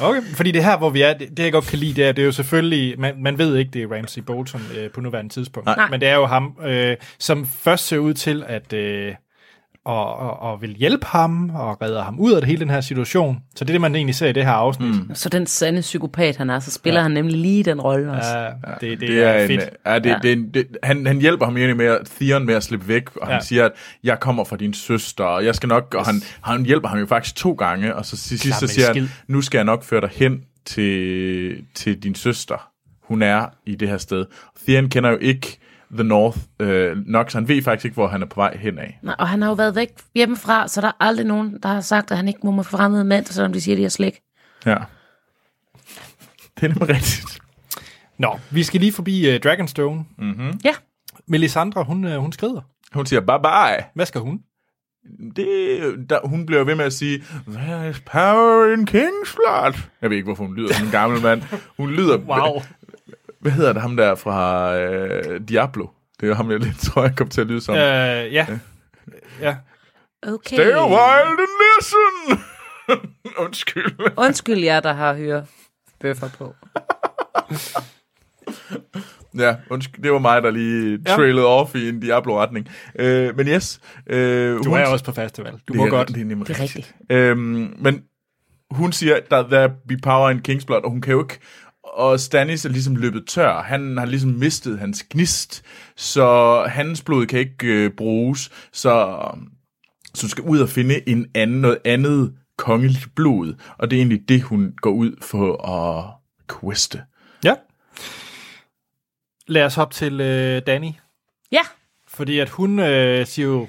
S1: Okay, fordi det her, hvor vi er, det, det jeg godt kan lide, det er, det er jo selvfølgelig, man, man ved ikke, det er Ramsey Bolton øh, på nuværende tidspunkt,
S3: Nej.
S1: men det er jo ham, øh, som først ser ud til at øh, og, og, og vil hjælpe ham og redder ham ud af hele den her situation. Så det er det, man egentlig ser i det her afsnit. Mm.
S2: Så den sande psykopat, han er, så spiller ja. han nemlig lige den rolle også. Ja.
S1: Ja, det, det,
S3: det er, en,
S1: fedt.
S3: ja, det, ja. det, er en- det, han, han hjælper ham egentlig med at, Theon med at slippe væk, og han
S1: Ja.
S3: siger, at jeg kommer fra din søster, og jeg skal nok, og han, han hjælper ham jo faktisk to gange, og så til sidst
S1: Klap
S3: så
S1: med
S3: siger han,
S1: skid.
S3: nu skal jeg nok føre dig hen til, til din søster. Hun er i det her sted. Theon kender jo ikke The North øh, nok, så han ved faktisk ikke, hvor han er på vej henad.
S2: Og han har jo været væk hjemmefra, så der er aldrig nogen, der har sagt, at han ikke må med fremmede mænd, selvom de siger, at de er slik.
S3: Ja. Det er nemlig rigtigt.
S1: Nå, vi skal lige forbi øh, Dragonstone.
S3: Mm.
S2: Ja,
S1: Melisandre, hun, øh, hun skrider.
S3: Hun siger, bye bye.
S1: Hvad skal hun?
S3: det, der, hun bliver ved med at sige, there is power in Kingsland. Jeg ved ikke, hvorfor hun lyder som en gammel mand. Hun lyder... Hvad, hvad hedder det ham der fra øh, Diablo? Det er jo ham, jeg lidt tror, jeg kom til at lyde som. Yeah.
S1: Øh, ja. ja.
S2: okay.
S3: Stay a while and listen! Undskyld.
S2: Undskyld jer, der har høre bøffer på.
S3: Ja, undskyld, det var mig, der lige
S1: Ja.
S3: trailede off i en Diablo-retning. Øh, men yes. Øh,
S1: Du er også på festival. Du må godt.
S3: Det er nemlig
S2: Det er
S3: rigtigt. Øhm, men hun siger, der der be power in King's Blood, og hun kan jo ikke... Og Stannis er ligesom løbet tør. Han har ligesom mistet hans gnist, så hans blod kan ikke øh, bruges. Så, øhm, så hun skal ud og finde en anden, noget andet kongeligt blod. Og det er egentlig det, hun går ud for at queste.
S1: Ja. Lad os hoppe til øh, Danny.
S2: Ja,
S1: Fordi at hun øh, siger jo,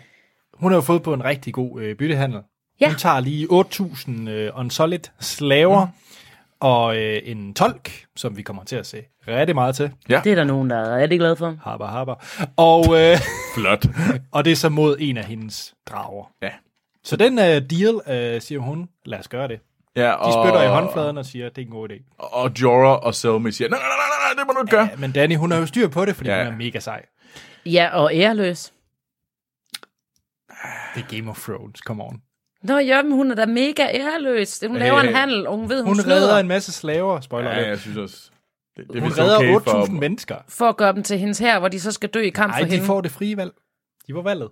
S1: hun har jo fået på en rigtig god øh, byttehandel.
S2: Ja.
S1: Hun tager lige 8.000 øh, unsolid slaver mm. og øh, en tolk, som vi kommer til at se rigtig meget til.
S2: det er der nogen, der er rigtig glad for.
S1: Harper, harper. Og, øh,
S3: Flot.
S1: og det er så mod en af hendes drager.
S3: ja.
S1: Så den øh, deal, øh, siger hun, lad os gøre det.
S3: ja
S1: De
S3: og,
S1: spytter i håndfladen og siger, at det er en god idé.
S3: Og Jorah og Selmy siger, nej, nej, nej, nej, nej, det må du ikke gøre.
S1: Ja, men Danny, hun har jo styr på det, fordi
S3: Ja.
S1: ja. hun er mega sej.
S2: Ja, og æreløs.
S1: Det er Game of Thrones, come on.
S2: Nå, jamen, hun er da mega æreløs. Hun laver
S3: Øh,
S2: en handel, og hun ved, hun,
S1: Hun
S2: snyder
S1: redder en masse slaver, spoiler
S3: Ja,
S1: ja,
S3: jeg synes også. Det, det er
S1: Hun
S3: vist
S1: redder
S3: okay for-
S1: 8.000 mennesker.
S2: for at gøre dem til hendes her, hvor de så skal dø i kamp
S1: Nej,
S2: for
S1: de
S2: hende. Mm.
S1: får det frie valg. De var valget.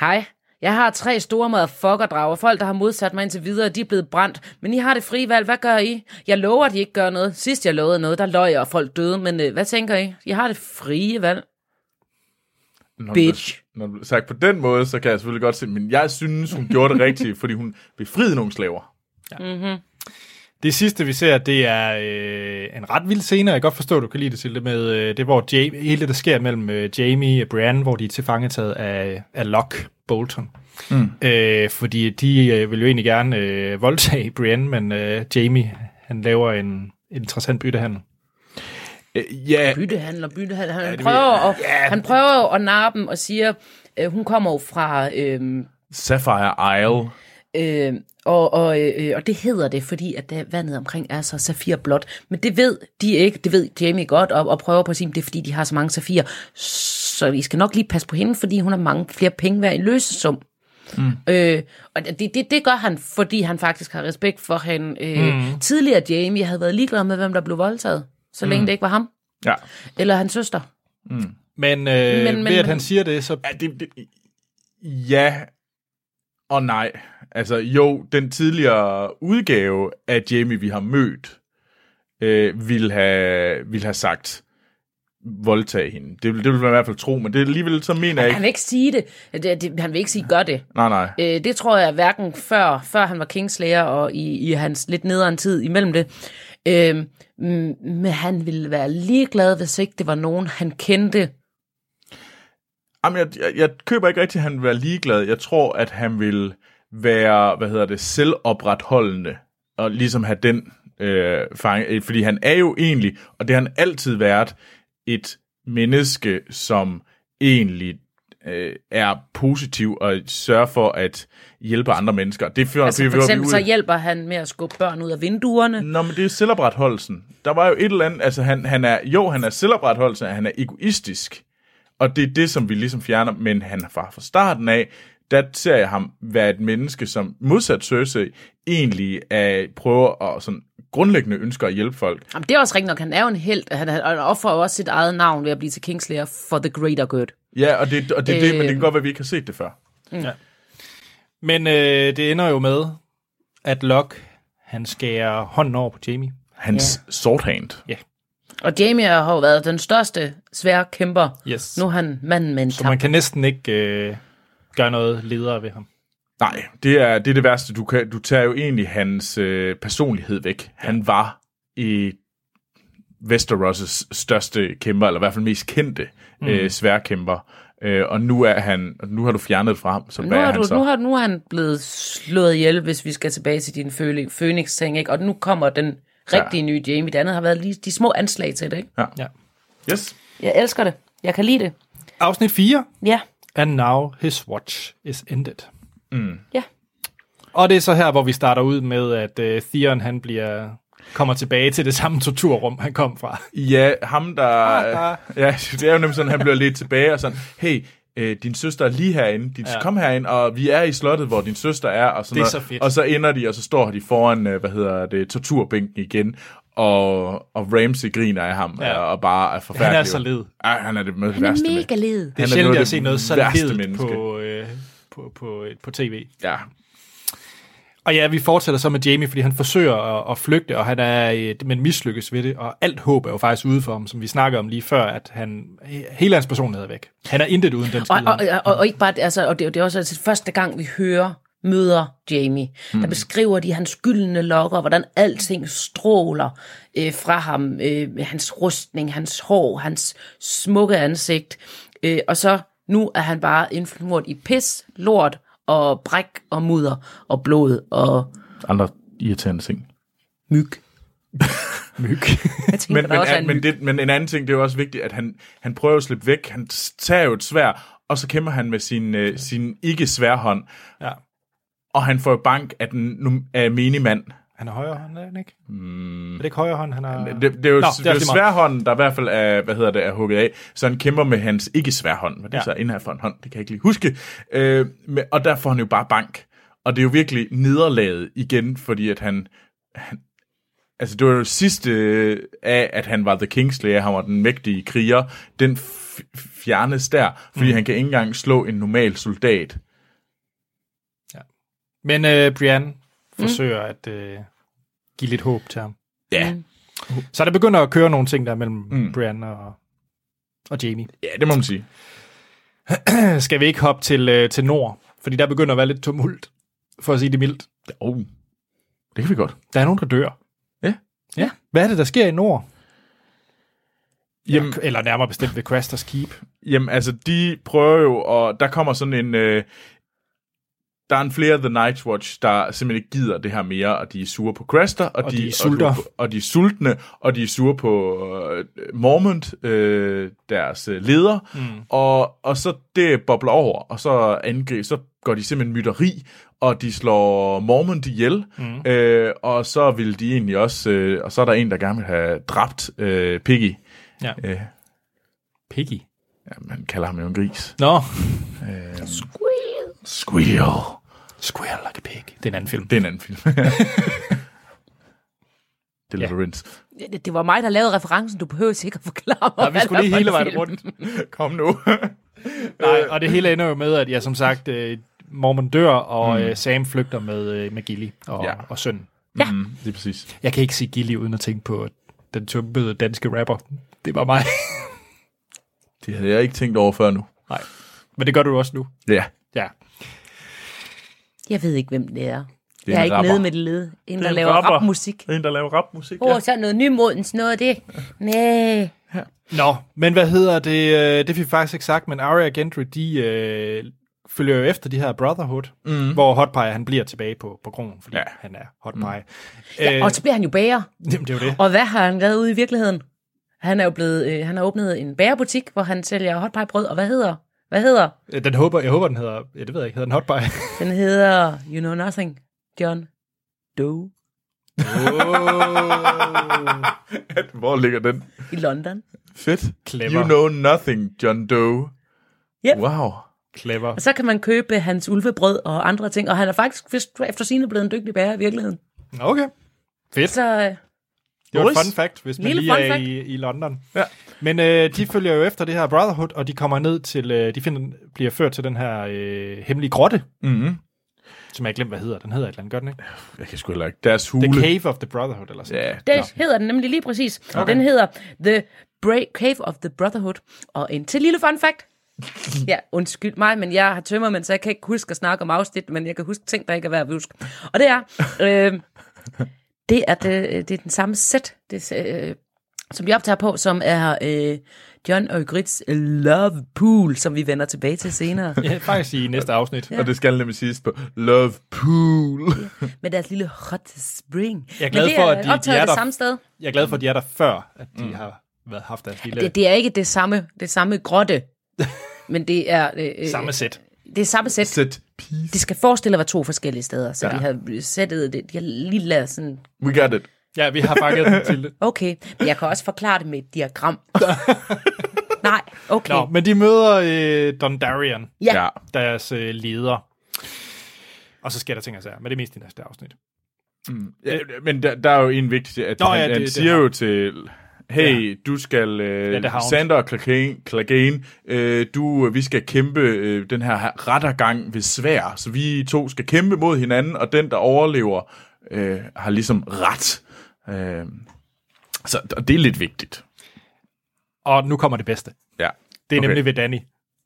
S2: Hej, jeg har tre store motherfucker-drager. Folk, der har modsat mig indtil videre, de er blevet brændt. Men I har det frie valg. Hvad gør I? Jeg lover, at I ikke gør noget. Sidst jeg lovede noget, der løg jeg, og folk døde. Men øh, hvad tænker I? I har det frie valg.
S3: Når
S2: Bitch.
S3: Når det blev sagt på den måde, så kan jeg selvfølgelig godt se, men jeg synes, hun gjorde det rigtigt, fordi hun befriede nogle slaver.
S1: Det sidste, vi ser, det er øh, en ret vild scene, og jeg kan godt forstå, at du kan lide det til det med, øh, det hvor Jamie, hele det, der sker mellem øh, Jamie og Brian, hvor de er tilfangetaget af, af Locke Bolton. Mm. Øh, fordi de øh, vil jo egentlig gerne øh, voldtage Brian, men øh, Jamie, han laver en, en interessant byttehandel.
S3: Øh, ja,
S2: Byttehandler, byttehandler. Han,
S3: det
S2: prøver,
S3: ved jeg.
S2: at, han prøver jo at narre dem og siger, øh, hun kommer jo fra... Øh,
S3: Sapphire Isle.
S2: Øh, og, og, øh, øh, og det hedder det, fordi at det, vandet omkring er så safirblåt. Men det ved de ikke, det ved Jamie godt, og, og prøver på at sige, at det er fordi, de har så mange safirer. Så I skal nok lige passe på hende, fordi hun har mange flere penge hver en løsesum. Mm. Øh, og det, det, det gør han, fordi han faktisk har respekt for hende. Øh, mm. Tidligere Jamie havde været ligeglad med, hvem der blev voldtaget, så længe mm. det ikke var ham.
S3: Ja.
S2: Eller hans søster.
S1: Men, øh, men,
S2: Men-
S1: men
S2: men-
S1: ved at han
S2: men-
S1: siger det, så
S3: ja, det, det, ja og nej. Altså jo, den tidligere udgave af Jamie, vi har mødt, øh, ville, have, ville have sagt, voldtage hende. Det, vil- det vil man i hvert fald tro, men det alligevel så mener jeg
S2: Han
S3: ikke.
S2: vil ikke sige det. det, det han vil ikke sige, gør det.
S3: Nej, nej.
S2: Øh, det tror jeg hverken før, før han var Kingslayer og i, i hans lidt nederen tid imellem det. Øh, mm, men han ville være ligeglad, hvis ikke det var nogen, han kendte.
S3: Jamen, jeg, jeg, jeg køber ikke rigtig, at han vil være ligeglad. Jeg tror, at han vil være, hvad hedder det, selvopretholdende, og ligesom have den øh, fange, øh, fordi han er jo egentlig, og det har han altid været, et menneske, som egentlig øh, er positiv og sørger for at hjælpe andre mennesker. Det fører
S2: Altså
S3: det
S2: for
S3: fører vi Mm.
S2: eksempel
S3: ud-
S2: så hjælper han med at skubbe børn ud af vinduerne.
S3: Nå, men det er selvopretholdelsen. Der var jo et eller andet, altså han, han er, jo, han er selvopretholdelsen, han er egoistisk. Og det er det, som vi ligesom fjerner, men han er fra, fra starten af, der ser jeg ham være et menneske, som modsat Cersei, egentlig er, prøver at sådan grundlæggende ønsker at hjælpe folk.
S2: Jamen, det er også rigtigt nok, han er jo en held. Han, han, han offrer jo også sit eget navn ved at blive til Kingslayer for the greater good.
S3: Ja, og det, og det, er det men det kan
S2: Øh.
S3: godt være, at vi ikke har set det før.
S1: men øh, det ender jo med, at Locke, han skærer hånden over på Jamie.
S3: Hans ja. sort hand.
S2: Og Jamie har jo været den største svære kæmper.
S1: Yes.
S2: Nu er han manden med en
S1: Så man
S2: kamp.
S1: kan næsten ikke øh, gøre noget ledere ved ham.
S3: Nej, det er, det er det værste. Du, kan, du tager jo egentlig hans øh, personlighed væk. Han var i Westeros' største kæmper, eller i hvert fald mest kendte mm. øh, sværkæmper. Øh, og nu er han, og nu har du fjernet det fra ham, så
S2: Nu
S3: hvad er
S2: er,
S3: han
S2: du,
S3: så?
S2: nu, har, nu er han blevet slået ihjel, hvis vi skal tilbage til din phoenix ting ikke? Og nu kommer den rigtige ja. nye Jamie. Det andet har været lige de små anslag til det, ikke?
S1: Ja.
S3: Yes.
S2: Jeg elsker det. Jeg kan lide det.
S1: Afsnit 4.
S2: Ja.
S1: And now his watch is ended.
S2: Ja.
S1: Og det er så her, hvor vi starter ud med, at øh, Theon han bliver, kommer tilbage til det samme torturrum, han kom fra.
S3: Ja, ham der...
S1: Ah, ah.
S3: Ja, det er jo nemlig sådan, han bliver lidt tilbage og sådan, hey, øh, din søster er lige herinde, din, ja. kom herinde, og vi er i slottet, hvor din søster er, og sådan
S1: Det er
S3: noget.
S1: så fedt.
S3: Og så ender de, og så står de foran, øh, hvad hedder det, torturbænken igen, Og, og Ramsey griner af ham,
S1: Ja.
S3: ja. og bare er forfærdelig.
S1: Han er så led.
S3: Ej, han er det mest
S2: Han
S3: værste
S2: er
S3: menneske.
S2: mega led.
S1: Det er
S3: Han er
S1: sjældent,
S3: noget af
S1: jeg har
S3: det
S1: set noget så
S3: værste
S1: ledet
S3: menneske.
S1: på, øh, på, på, øh, på tv.
S3: Ja,
S1: Og ja, vi fortsætter så med Jamie, fordi han forsøger at, at flygte, og han er, øh, men mislykkes ved det, og alt håb er jo faktisk ude for ham, som vi snakker om lige før, at han, he- hele hans personlighed er væk. Han er intet uden den
S2: Og,
S1: skide.
S2: og, og, og, og ikke bare, det, altså, og det, er jo- det er også altså, første gang, vi hører møder Jamie.
S1: Hmm.
S2: Der beskriver de hans gyldne lokker, hvordan alting stråler øh, fra ham. Øh, hans rustning, hans hår, hans smukke ansigt. Øh, og så nu er han bare indflugt i pis, lort og bræk og mudder og blod og
S3: andre irriterende ting.
S2: myg.
S1: myg.
S2: Jeg tænker, men,
S3: men,
S2: der men,
S3: men,
S2: også er
S3: an,
S2: en
S3: men,
S2: myg.
S3: det, men en anden ting, det er jo også vigtigt, at han, han prøver at slippe væk. Han s- tager jo et svær, og så kæmper han med sin, øh, sin ikke svær hånd.
S1: Ja.
S3: Og han får jo bank af den nu- af minimand.
S1: Han er højre hånd, er han ikke? Mm. Er det ikke højre hånd, han har?
S3: Det, det er jo,
S1: Nå,
S3: Nå,
S1: det
S3: det
S1: er
S3: er jo
S1: lige meget.
S3: sværhånden, der i hvert fald er, hvad hedder det, er hugget af, så han kæmper med hans ikke sværhånd, men det er
S1: Ja.
S3: ja. så inden for en hånd, det kan jeg ikke lige huske. Øh, men, og der får han jo bare bank. Og det er jo virkelig nederlaget igen, fordi at han, han altså det var jo sidste øh, af, at han var The Kingslayer, han var den mægtige kriger, den f- fjernes der, fordi mm. han kan ikke engang slå en normal soldat.
S1: Men øh, Brian forsøger at øh, give lidt håb til ham.
S3: Ja,
S1: Mm. Så der begynder at køre nogle ting der mellem mm. Brian og, og Jamie.
S3: ja det må man sige.
S1: Skal vi ikke hoppe til, øh, til Nord? Fordi der begynder at være lidt tumult, for at sige det mildt.
S3: Oh, det kan vi godt.
S1: Der er nogen, der dør.
S3: Ja.
S1: ja. Hvad er det, der sker i Nord?
S3: Jamen,
S1: Eller nærmere bestemt ved Craster's Keep.
S3: Jamen, altså, de prøver jo, og der kommer sådan en... Øh, der er en flere af The Night's Watch, der simpelthen ikke gider det her mere, og de er sure på Craster, og,
S1: Og de er sulter.
S3: Og, og de er sultne, og de er sure på øh, Mormont, øh, deres øh, leder, mm. og, og så det bobler over, og så angreb, så går de simpelthen mytteri, og de slår Mormont ihjel, mm. øh, og så vil de egentlig også, øh, og så er der en, der gerne vil have dræbt øh, Piggy.
S1: Ja.
S3: Øh,
S1: Piggy.
S3: ja, man kalder ham jo en gris.
S1: Nå.
S3: Squeal.
S1: Square like a pig. Det er en anden film.
S3: Det er en anden film. Deliverance.
S2: Det- Det var mig, der lavede referencen. Du behøver sikkert forklare mig.
S1: Og vi
S2: hvad
S1: skulle
S2: der
S1: lige
S2: var
S1: hele
S2: i
S1: vejen
S2: filmen.
S1: rundt.
S3: Kom nu.
S1: Nej, og det hele ender jo med, at jeg som sagt, øh, Mormon dør, og mm. øh, Sam flygter med, øh, med Gilly og, ja.
S3: Ja.
S1: og sønnen.
S2: Ja.
S3: Mm, det er præcis.
S1: Jeg kan ikke sige Gilly uden at tænke på den tumpede danske rapper. Det var mig.
S3: Det havde jeg ikke tænkt over før nu.
S1: Nej. Men det gør du også nu.
S3: Ja.
S1: Ja.
S2: Jeg ved ikke, hvem det er.
S3: en
S2: jeg er ikke
S3: rapper.
S2: nede med det led. En, der
S3: en
S2: laver
S3: rapper.
S2: rapmusik.
S3: En, der laver rapmusik.
S2: Åh, oh, så er noget nymodens noget af det. Næh.
S1: Nå, men hvad hedder det? øh, Det fik vi faktisk ikke sagt, men Arya og Gendry, de øh, følger jo efter de her Brotherhood, mm. hvor Hot Pie, han bliver tilbage på, på kronen, fordi ja.
S3: Ja.
S1: han er Hot Pie. Mm.
S3: Øh.
S2: Ja, og så bliver han jo bager.
S1: Jamen, det er jo det.
S2: Og hvad har han lavet ude i virkeligheden? Han er jo blevet, øh, han har åbnet en bagerbutik, hvor han sælger hotpiebrød, og hvad hedder? Hvad hedder?
S1: Øh, Den håber, jeg håber, den hedder, ja, det ved jeg ikke, hedder den Hot Pie?
S2: Den hedder You Know Nothing, John Doe
S3: Hvor ligger den?
S2: i London.
S3: Fedt.
S1: Clever.
S3: You know nothing, John Doe.
S2: Yep.
S3: Wow.
S1: Clever.
S2: Og så kan man købe hans ulvebrød og andre ting, og han er faktisk vist efter sine blevet en dygtig bager i virkeligheden.
S1: Nå, Okay.
S2: Så øh,
S1: Det var et
S3: Boris.
S1: fun fact, hvis man
S2: Lille
S1: lige
S2: fun
S1: er
S2: fact.
S1: i, i London.
S3: Ja.
S1: Men øh, de følger jo efter det her Brotherhood, og de kommer ned til, øh, de finder, bliver ført til den her øh, hemmelige grotte,
S3: Mm-hmm.
S1: som jeg glemte, hvad hedder. Den hedder et eller andet, gør den ikke?
S3: Jeg kan sgu heller ikke. Deres hule.
S1: The Cave of the Brotherhood, eller sådan
S3: Ja.
S2: det hedder den nemlig lige præcis. Okay. Den hedder The Bra- Cave of the Brotherhood. Og en til lille fun fact. Ja, undskyld mig, men jeg har tømmer, men så jeg kan ikke huske at snakke om afsnit, men jeg kan huske ting, der ikke er værd at huske. Og det er, øh, det, er det, det er den samme sæt, det, øh, som vi optager på, som er øh, John og Grits Love Pool, som vi vender tilbage til senere,
S1: Ja, faktisk i næste afsnit.
S3: Og det skal nemlig siges på Love Pool.
S2: med deres lille hot spring.
S1: Jeg er glad
S2: men det
S1: for,
S2: er
S1: at de- de
S2: optaget
S1: er der.
S2: det samme sted.
S1: Jeg er glad for, at de er der før, at de har været haft deres lille
S2: Det, det er ikke det samme, det samme grotte, men det er, øh, øh,
S1: samme sæt.
S2: det er samme sæt.
S3: Set piece.
S2: Det skal forestille at være to forskellige steder, så ja. de har sættet det, de har lige lavet sådan,
S3: We got it.
S1: Ja, vi har fanget den til det.
S2: okay, men jeg kan også forklare det med et diagram. Nej, okay.
S1: Nå, men de møder øh, Dondarian,
S2: Ja.
S1: deres øh, leder. Og så sker der ting og sager, men det er mest i næste afsnit.
S3: Ja, men der, der er jo en vigtig... til, At
S1: Nå,
S3: Nå, han,
S1: ja,
S3: ja,
S1: det-
S3: han
S1: det
S3: siger
S1: har-
S3: jo til... Hey, ja. du skal... Øh,
S1: det har
S3: ja,
S1: hun.
S3: Sander og Clegane, Clegane øh, du, øh, vi skal kæmpe øh, den her rettergang ved svær. Så vi to skal kæmpe mod hinanden, og den, der overlever, øh, har ligesom ret. Øh, så og det er lidt vigtigt.
S1: Og nu kommer det bedste.
S3: Ja.
S1: Det er
S3: okay.
S1: okay. nemlig ved Danny.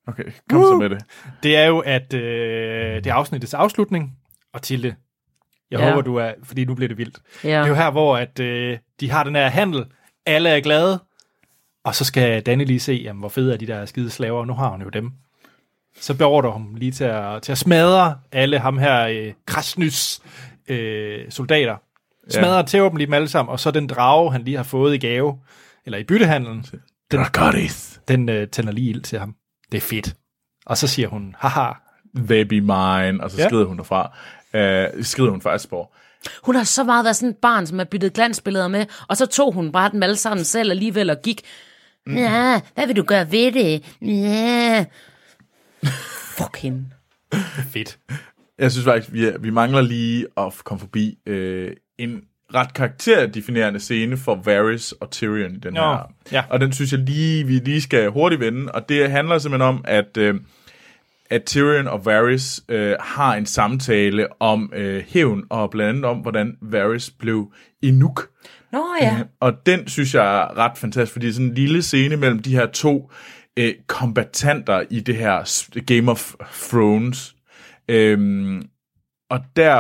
S3: Okay, kom Woo! så med det.
S1: Det er jo, at øh, det er afsnittets afslutning, og Tilde, jeg
S2: Ja.
S1: ja. håber, du er, fordi nu bliver det vildt. Ja.
S2: Ja.
S1: Det er jo her, hvor at, øh, de har den her handel, alle er glade, og så skal Danny lige se, jamen, hvor fede er de der skide slaver, og nu har hun jo dem. Så beordrer hun lige til at, til at smadre alle ham her øh, krasnys øh, soldater. Smadrer ja. til dem lige dem alle sammen, og så den drage, han lige har fået i gave, eller i byttehandelen, Den-
S3: Dracarys.
S1: den øh, tænder lige ild til ham. Det er fedt. Og så siger hun, haha,
S3: They be mine. Og så
S1: Ja.
S3: skrider hun derfra. Øh, skrider hun faktisk på.
S2: Hun har så meget været sådan et barn, som har byttet glansbilleder med, og så tog hun bare dem alle sammen selv alligevel og gik.
S1: Mm.
S2: Ja, hvad vil du gøre ved det? Ja. Fuck hende.
S1: fedt.
S3: Jeg synes faktisk, vi, er, vi mangler lige at f- komme forbi øh, en ret karakterdefinerende scene for Varys og Tyrion i den
S1: Nå,
S3: her.
S1: ja.
S3: Og den synes jeg lige, vi lige skal hurtigt vende. Og det handler simpelthen om, at, øh, at Tyrion og Varys øh, har en samtale om øh, hævn, og blandt andet om, hvordan Varys blev Inuk.
S2: Nå ja.
S3: Og den synes jeg er ret fantastisk, fordi sådan en lille scene mellem de her to øh, kombatanter i det her s- Game of Thrones. Øhm, og der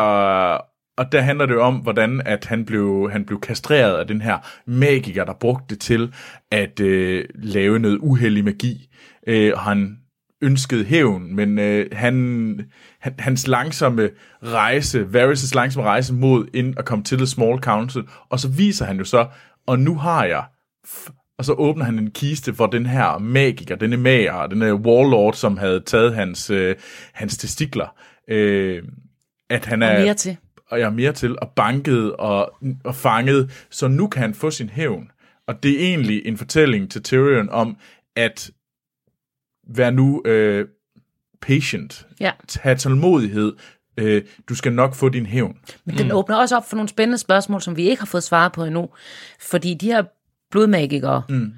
S3: og der handler det jo om, hvordan at han blev, han blev kastreret af den her magiker, der brugte det til at øh, lave noget uheldig magi. Øh, og han ønskede hævn, men øh, han, han, hans langsomme rejse, Varys' langsomme rejse mod ind og komme til The Small Council, og så viser han jo så, og nu har jeg, f-" og så åbner han en kiste for den her magiker, denne mager, den her warlord, som havde taget hans, øh, hans testikler. Øh, at han er,
S2: Og mere til.
S3: og jeg er mere til, og banket og, og fanget, så nu kan han få sin hævn. Og det er egentlig en fortælling til Tyrion om, at vær nu øh, patient,
S2: Ja.
S3: tag tålmodighed, øh, du skal nok få din hævn.
S2: Men den åbner også op for nogle spændende spørgsmål, som vi ikke har fået svaret på endnu. Fordi de her blodmagikere, mm.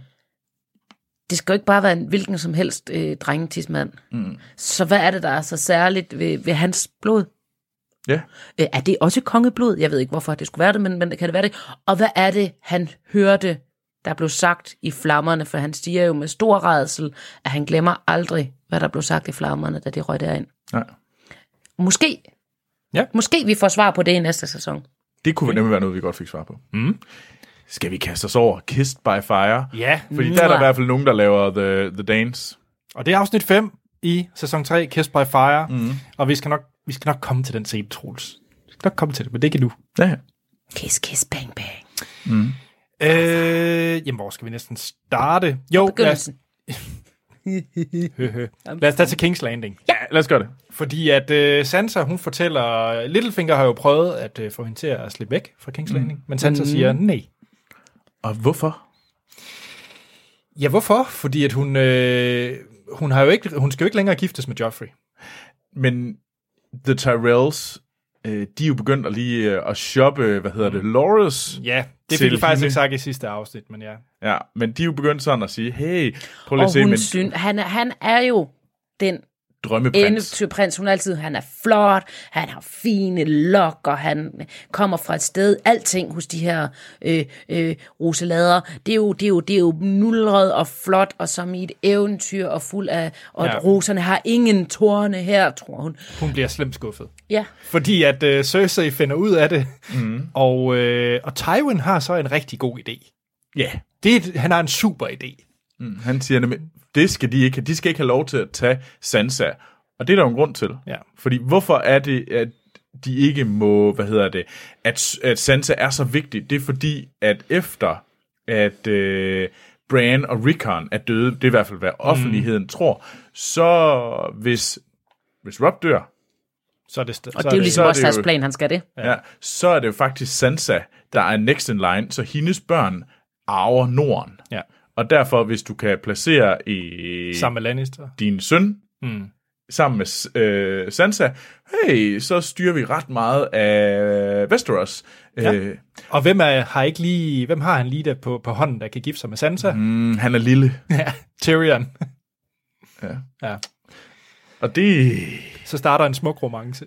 S2: det skal jo ikke bare være en hvilken som helst øh, drengetismand. Mm. Så hvad er det, der er så særligt ved, ved hans blod?
S3: Ja,
S2: Øh, er det også kongeblod? Jeg ved ikke, hvorfor det skulle være det, men, men kan det være det? Og hvad er det, han hørte, der blev sagt i flammerne? For han siger jo med stor redsel, at han glemmer aldrig, hvad der blev sagt i flammerne, da de røg derind.
S3: nej.
S2: Måske,
S1: Ja.
S2: måske vi får svar på det i næste sæson.
S3: Det kunne nemlig være noget, vi godt fik svar på. Mm. Skal vi kaste os over Kissed by Fire?
S1: Ja,
S3: Fordi der er der i
S2: Mwah.
S3: hvert fald nogen, der laver The, the Dance.
S1: og det er afsnit 5 i sæson 3, Kiss by Fire, mm. og vi skal, nok, vi skal nok komme til den scene, Troels. Vi skal nok komme til det, men det er ikke nu.
S3: Ja,
S2: Kiss, kiss, bang, bang.
S1: Øh, jamen, hvor skal vi næsten starte? Jo, lad os,
S2: Begyndelsen.
S1: høhø. lad os tage til King's Landing.
S3: ja lad os gøre det.
S1: Fordi at øh, Sansa, hun fortæller, Littlefinger har jo prøvet at øh, få hende til at slippe væk fra King's Landing, men Sansa siger nej.
S3: Og hvorfor?
S1: Ja, hvorfor? Fordi at hun, øh, hun, har jo ikke, hun skal jo ikke længere giftes med Joffrey.
S3: Men The Tyrells, øh, de er jo begyndt at lige øh, at shoppe, hvad hedder det, Loras.
S1: Ja, det
S3: Til
S1: fik vi faktisk
S3: hende.
S1: ikke sagt i sidste afsnit, men ja.
S3: Ja, men de er jo begyndt sådan at sige, hey, prøv lige at
S2: Og
S3: se,
S2: hun
S3: men
S2: syn, han, er, han er jo den
S3: drømmeprins.
S2: endetype prins. Hun er altid, han er flot, han har fine lokker, han kommer fra et sted. Alting hos de her øh, øh, roselader, det er, jo, det, er jo, det er jo nulret og flot, og som i et eventyr og fuld af... Og
S1: Ja.
S2: ja. roserne har ingen tårne her, tror hun.
S1: Hun bliver slemt skuffet.
S2: Ja,
S1: Fordi at øh, Cersei finder ud af det, mm. og, øh, og Tywin har så en rigtig god idé.
S3: Ja.
S1: Det er, et- han har en super idé.
S3: Mm, Han siger nemlig, det skal de ikke. De skal ikke have lov til at tage Sansa. Og det er der jo en grund til.
S1: Ja.
S3: Fordi hvorfor er det, at de ikke må, hvad hedder det, at, at Sansa er så vigtig? Det er fordi, at efter at øh, Bran og Rickon er døde, det er i hvert fald, hvad offentligheden mm. tror, så hvis, hvis Rob dør,
S1: Så er det, st- så
S2: og det er jo
S3: så
S2: ligesom
S3: er
S2: også
S3: det
S2: deres
S3: jo-
S2: plan, han skal det.
S3: ja. Ja, så er det jo faktisk Sansa, der er next in line, så hendes børn arver Norden.
S1: Ja.
S3: Og derfor, hvis du kan placere i
S1: Sammen med Lannister.
S3: din søn
S1: Mm.
S3: sammen med øh, Sansa, hey, så styrer vi ret meget af Westeros.
S1: Ja.
S3: Ja. Øh,
S1: Og hvem, er, har ikke lige, hvem har han lige der på, på hånden, der kan gifte sig med Sansa? Mm.
S3: mm, han er lille.
S1: Ja, Tyrion.
S3: Ja.
S1: Ja.
S3: Og det...
S1: Så starter en smuk romance.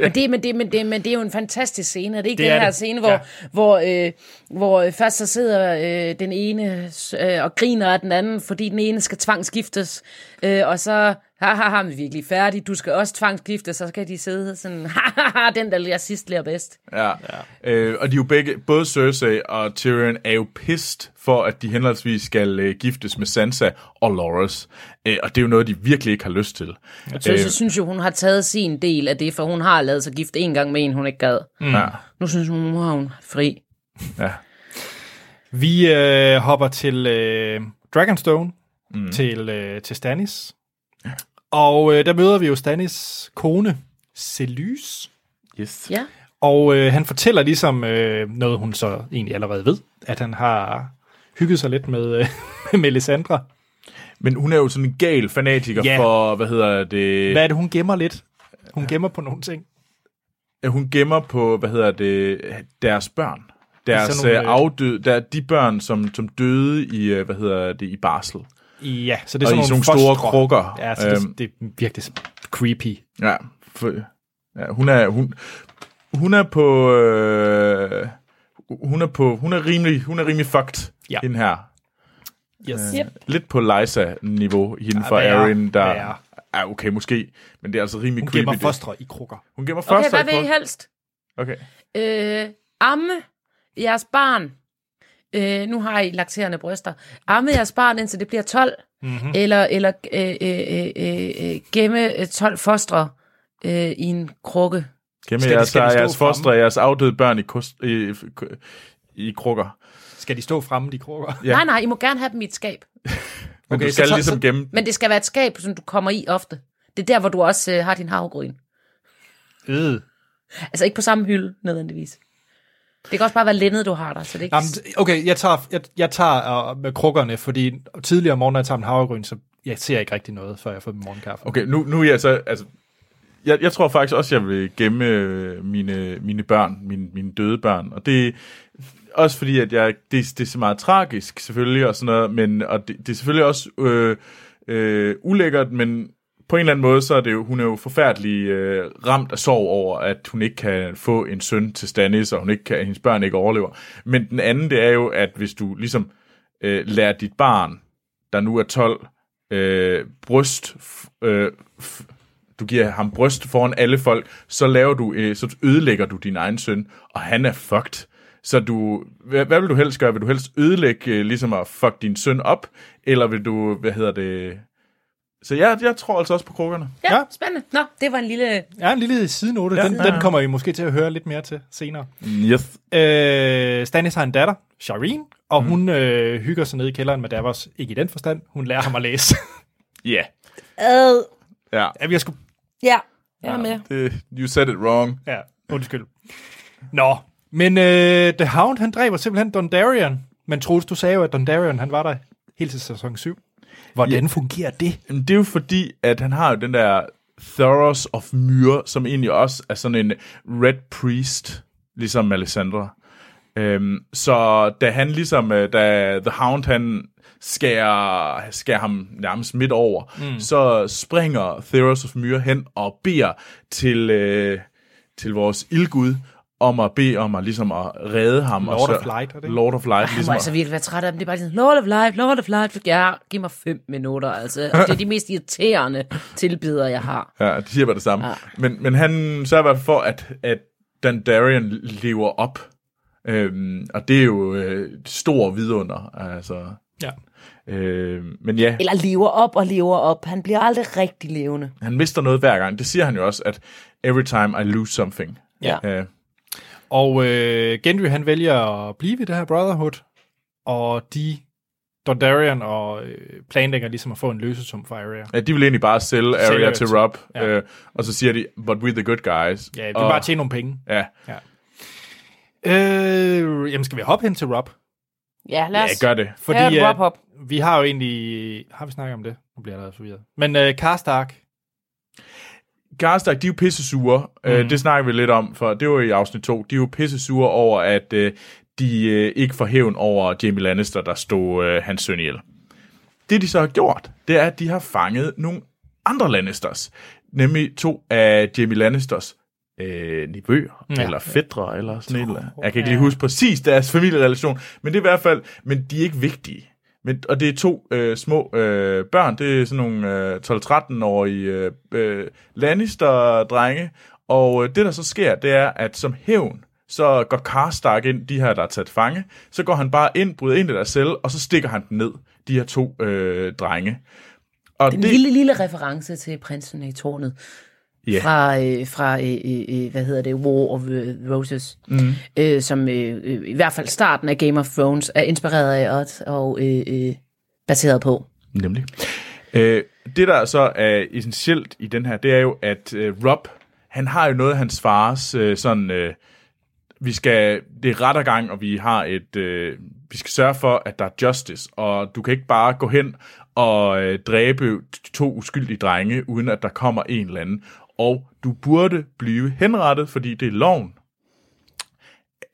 S2: Men det, men, det, men, det, men det er jo en fantastisk scene, er det ikke
S1: Det
S2: det den
S1: er
S2: her
S1: det.
S2: scene, hvor,
S1: Ja.
S2: ja. hvor, øh, hvor øh, først så sidder øh, den ene øh, og griner af den anden, fordi den ene skal tvangsgiftes, øh, og så ha, ha, ha, men vi er virkelig færdige, du skal også tvangsgiftes, så skal de sidde sådan, ha, ha, ha, den der jeg sidst lærer bedst.
S3: Ja. ja. Øh, og de er jo begge, både Cersei og Tyrion er jo pissed for, at de henholdsvis skal øh, giftes med Sansa og Loras. Øh, og det er jo noget, de virkelig ikke har lyst til.
S2: Så øh. synes jo, hun har taget sin del af det, for hun har lavet sig gift en gang med en, hun ikke gad.
S3: Mm. Ja.
S2: Nu synes hun, nu har hun fri.
S3: ja.
S1: Vi øh, hopper til øh, Dragonstone, mm. til, øh, til Stannis. Og øh, der møder vi jo Stannis kone, Selys.
S3: Yes.
S2: Ja.
S1: Og øh, han fortæller ligesom øh, noget, hun så egentlig allerede ved, at han har hygget sig lidt med, øh, med Melisandre.
S3: Men hun er jo sådan en gal fanatiker
S1: Ja.
S3: yeah. for, hvad hedder det...
S1: Hvad er det, hun gemmer lidt? Hun gemmer på nogle ting.
S3: at hun gemmer på, hvad hedder det, deres børn. Deres
S1: Sådan nogle,
S3: nogle,
S1: øh,
S3: afdøde, der, de børn, som, som døde i, øh, hvad hedder det, i barsel.
S1: Ja, så det er sådan,
S3: Og i
S1: nogle,
S3: sådan nogle store
S1: fostre.
S3: krukker.
S1: Ja, så øhm.
S3: Øhm.
S1: det, det er virkelig creepy.
S3: Ja, for, ja hun er, hun, hun er på, øh, hun er på, hun er rimelig, hun er rimelig fucked,
S1: Ja.
S3: ja. hende her.
S1: Yes.
S2: Yep.
S3: Lidt på Liza-niveau, hende ja, for
S1: værre,
S3: Erin, der...
S1: værre.
S3: Ja, okay, måske. Men det er altså rimelig
S1: Hun
S3: creepy.
S1: gemmer
S3: det.
S1: fostre i krukker.
S3: Hun gemmer først.
S2: Okay, hvad vil I helst?
S3: okay.
S2: øh, amme jeres barn. Øh, nu har I lakterende bryster. Amme jeres barn, indtil det bliver 12.
S1: Mhm.
S2: Mm-hmm. Eller, eller øh, øh, øh, øh, øh, gemme øh, 12 fostre øh, i en krukke.
S3: Gemmer
S1: Skal de-
S3: jeres,
S1: skal de stå
S3: jeres
S1: fremme?
S3: foster, jeres afdøde børn i, kost, i, i krukker.
S1: Skal de stå fremme, de krukker?
S2: Ja. Nej, nej, I må gerne have dem i et skab.
S3: Men
S1: Okay,
S3: okay, du skal
S1: så- så-
S3: så, ligesom
S1: så-
S3: gemme...
S2: Men det skal være et skab, som du kommer i ofte. Det er der, hvor du også øh, har din havregryn.
S1: Øh.
S2: Altså ikke på samme hylde, nødvendigvis. Det kan også bare være lændet, du har der. Så det er ikke...
S1: Jamen, okay, jeg tager, jeg, jeg tager uh, med krukkerne, fordi tidligere om morgenen, når jeg tager en havregryn, så jeg ser ikke rigtig noget, før jeg får min morgenkaffe.
S3: Okay, nu, nu er jeg så... Altså, jeg, jeg tror faktisk også, jeg vil gemme øh, mine, mine børn, mine, mine døde børn. Og det er også fordi, at jeg, det, det er så meget tragisk selvfølgelig, og sådan noget, men og det, det er selvfølgelig også øh, øh, ulækkert, men på en eller anden måde, så er det jo, hun er jo forfærdelig øh, ramt af sorg over, at hun ikke kan få en søn til Stannis, og hun ikke kan, hendes børn ikke overlever. Men den anden, det er jo, at hvis du ligesom øh, lader dit barn, der nu er 12, øh, bryst, f- øh, f- du giver ham bryst foran alle folk, så laver du, øh, så ødelægger du din egen søn, og han er fucked. Så du, hvad, hvad vil du helst gøre? Vil du helst ødelægge øh, ligesom at fuck din søn op, eller vil du, hvad hedder det... Så jeg, jeg tror altså også på krukkerne.
S2: Ja,
S1: Ja.
S2: ja, spændende. Nå, det var en lille...
S1: Ja, en lille sidenote. Ja, den,
S3: ja, ja.
S1: den kommer I måske til at høre lidt mere til senere.
S3: Yes.
S1: Øh, Stannis har en datter, Shireen, og mm. hun øh, hygger sig nede i kælderen med Davos. Ikke i den forstand, hun lærer ham at læse.
S3: Yeah.
S2: Ad.
S3: Ja.
S1: ja, vi har sgu...
S2: Ja, jeg er med.
S3: Det, you said it wrong.
S1: Ja, undskyld. Nå, men øh, The Hound, han dræber simpelthen Dondarrion. Men Troels, du sagde jo, at Dondarrion, han var der helt til sæson 7. Hvordan ja. fungerer det?
S3: Jamen, det er jo fordi, at han har jo den der Thoros of Myr, som egentlig også er sådan en red priest, ligesom Melisandre. Øhm, så da han ligesom, øh, da The Hound han skærer, skærer ham nærmest midt over, mm. så springer Theros of Myr hen og beder til, øh, til vores ildgud om at bede om at, ligesom at redde ham. og
S1: Lord
S3: så,
S1: of Light, er det ikke?
S3: Lord of Light,
S2: Jeg må
S3: ligesom
S2: altså
S3: at,
S2: virkelig være træt af dem. Det er bare sådan, Lord of Life, Lord of Life. Ja, giv mig fem minutter, altså. Og det er de mest irriterende tilbedere, jeg har.
S3: Ja, de siger bare det samme. Ja. Men, men han sørger i hvert fald for, at, at Dandarian lever op. Øhm, og det er jo øh, stor vidunder. Altså,
S1: Ja.
S3: øh, men ja,
S2: Eller lever op og lever op. Han bliver aldrig rigtig levende.
S3: han mister noget hver gang. Det siger han jo også, at every time I lose something.
S2: Ja.
S3: Øh,
S1: Og øh, Gendry, han vælger at blive ved det her Brotherhood, og de, Dondarrion, og øh, planlægger ligesom at få en løsesum for Arya.
S3: ja, de vil egentlig bare sælge
S1: Sælger
S3: Arya
S1: jo
S3: til
S1: til-
S3: Rob.
S1: ja.
S3: Ja. Øh, og så siger de, but we're the good guys.
S1: Ja, vi vil
S3: og,
S1: bare tjene nogle penge.
S3: Ja,
S1: Øh, jamen, skal vi hoppe hen til Rob?
S2: Ja, lad os.
S3: Ja, gør det.
S1: Fordi øh,
S2: Ja, et
S1: at
S2: wrap-up.
S1: vi har jo egentlig... Har vi snakket om det? Nu bliver jeg allerede forvirret. Men øh, Karstark,
S3: Garstak, de er jo pissesure. Mm. Øh, det snakker vi lidt om, for det var i afsnit 2. De er jo pissesure over, at øh, de øh, ikke får hævn over Jamie Lannister, der stod øh, hans søn ihjel. Det, de så har gjort, det er, at de har fanget nogle andre Lannisters. Nemlig to af Jamie Lannisters øh, nivøer, ja. eller fædre, eller sådan et eller andet. Jeg kan ikke lige huske præcis deres familierelation, men det er i hvert fald, men de er ikke vigtige. Men, og det er to øh, små øh, børn, det er sådan nogle øh, 12-13-årige øh, øh, Lannister-drenge, og øh, det der så sker, det er, at som hævn, så går Karstark ind, de her, der er taget fange, så går han bare ind, bryder ind i deres celle, og så stikker han dem ned, de her to øh, drenge. Og
S2: En det... lille, lille reference til prinsen i tårnet.
S3: Ja.
S2: Fra, øh, fra øh, øh, øh, hvad hedder det, War of øh, Roses, mm. øh, som øh, øh, i hvert fald starten af Game of Thrones er inspireret af og, og øh, øh, baseret på.
S3: Nemlig. Øh, det, der så er essentielt i den her, det er jo, at øh, Rob, han har jo noget af hans fars øh, sådan... Øh, vi skal, det er rettergang, og vi har et, øh, vi skal sørge for, at der er justice, og du kan ikke bare gå hen og øh, dræbe t- to uskyldige drenge, uden at der kommer en eller anden, og du burde blive henrettet, fordi det er loven.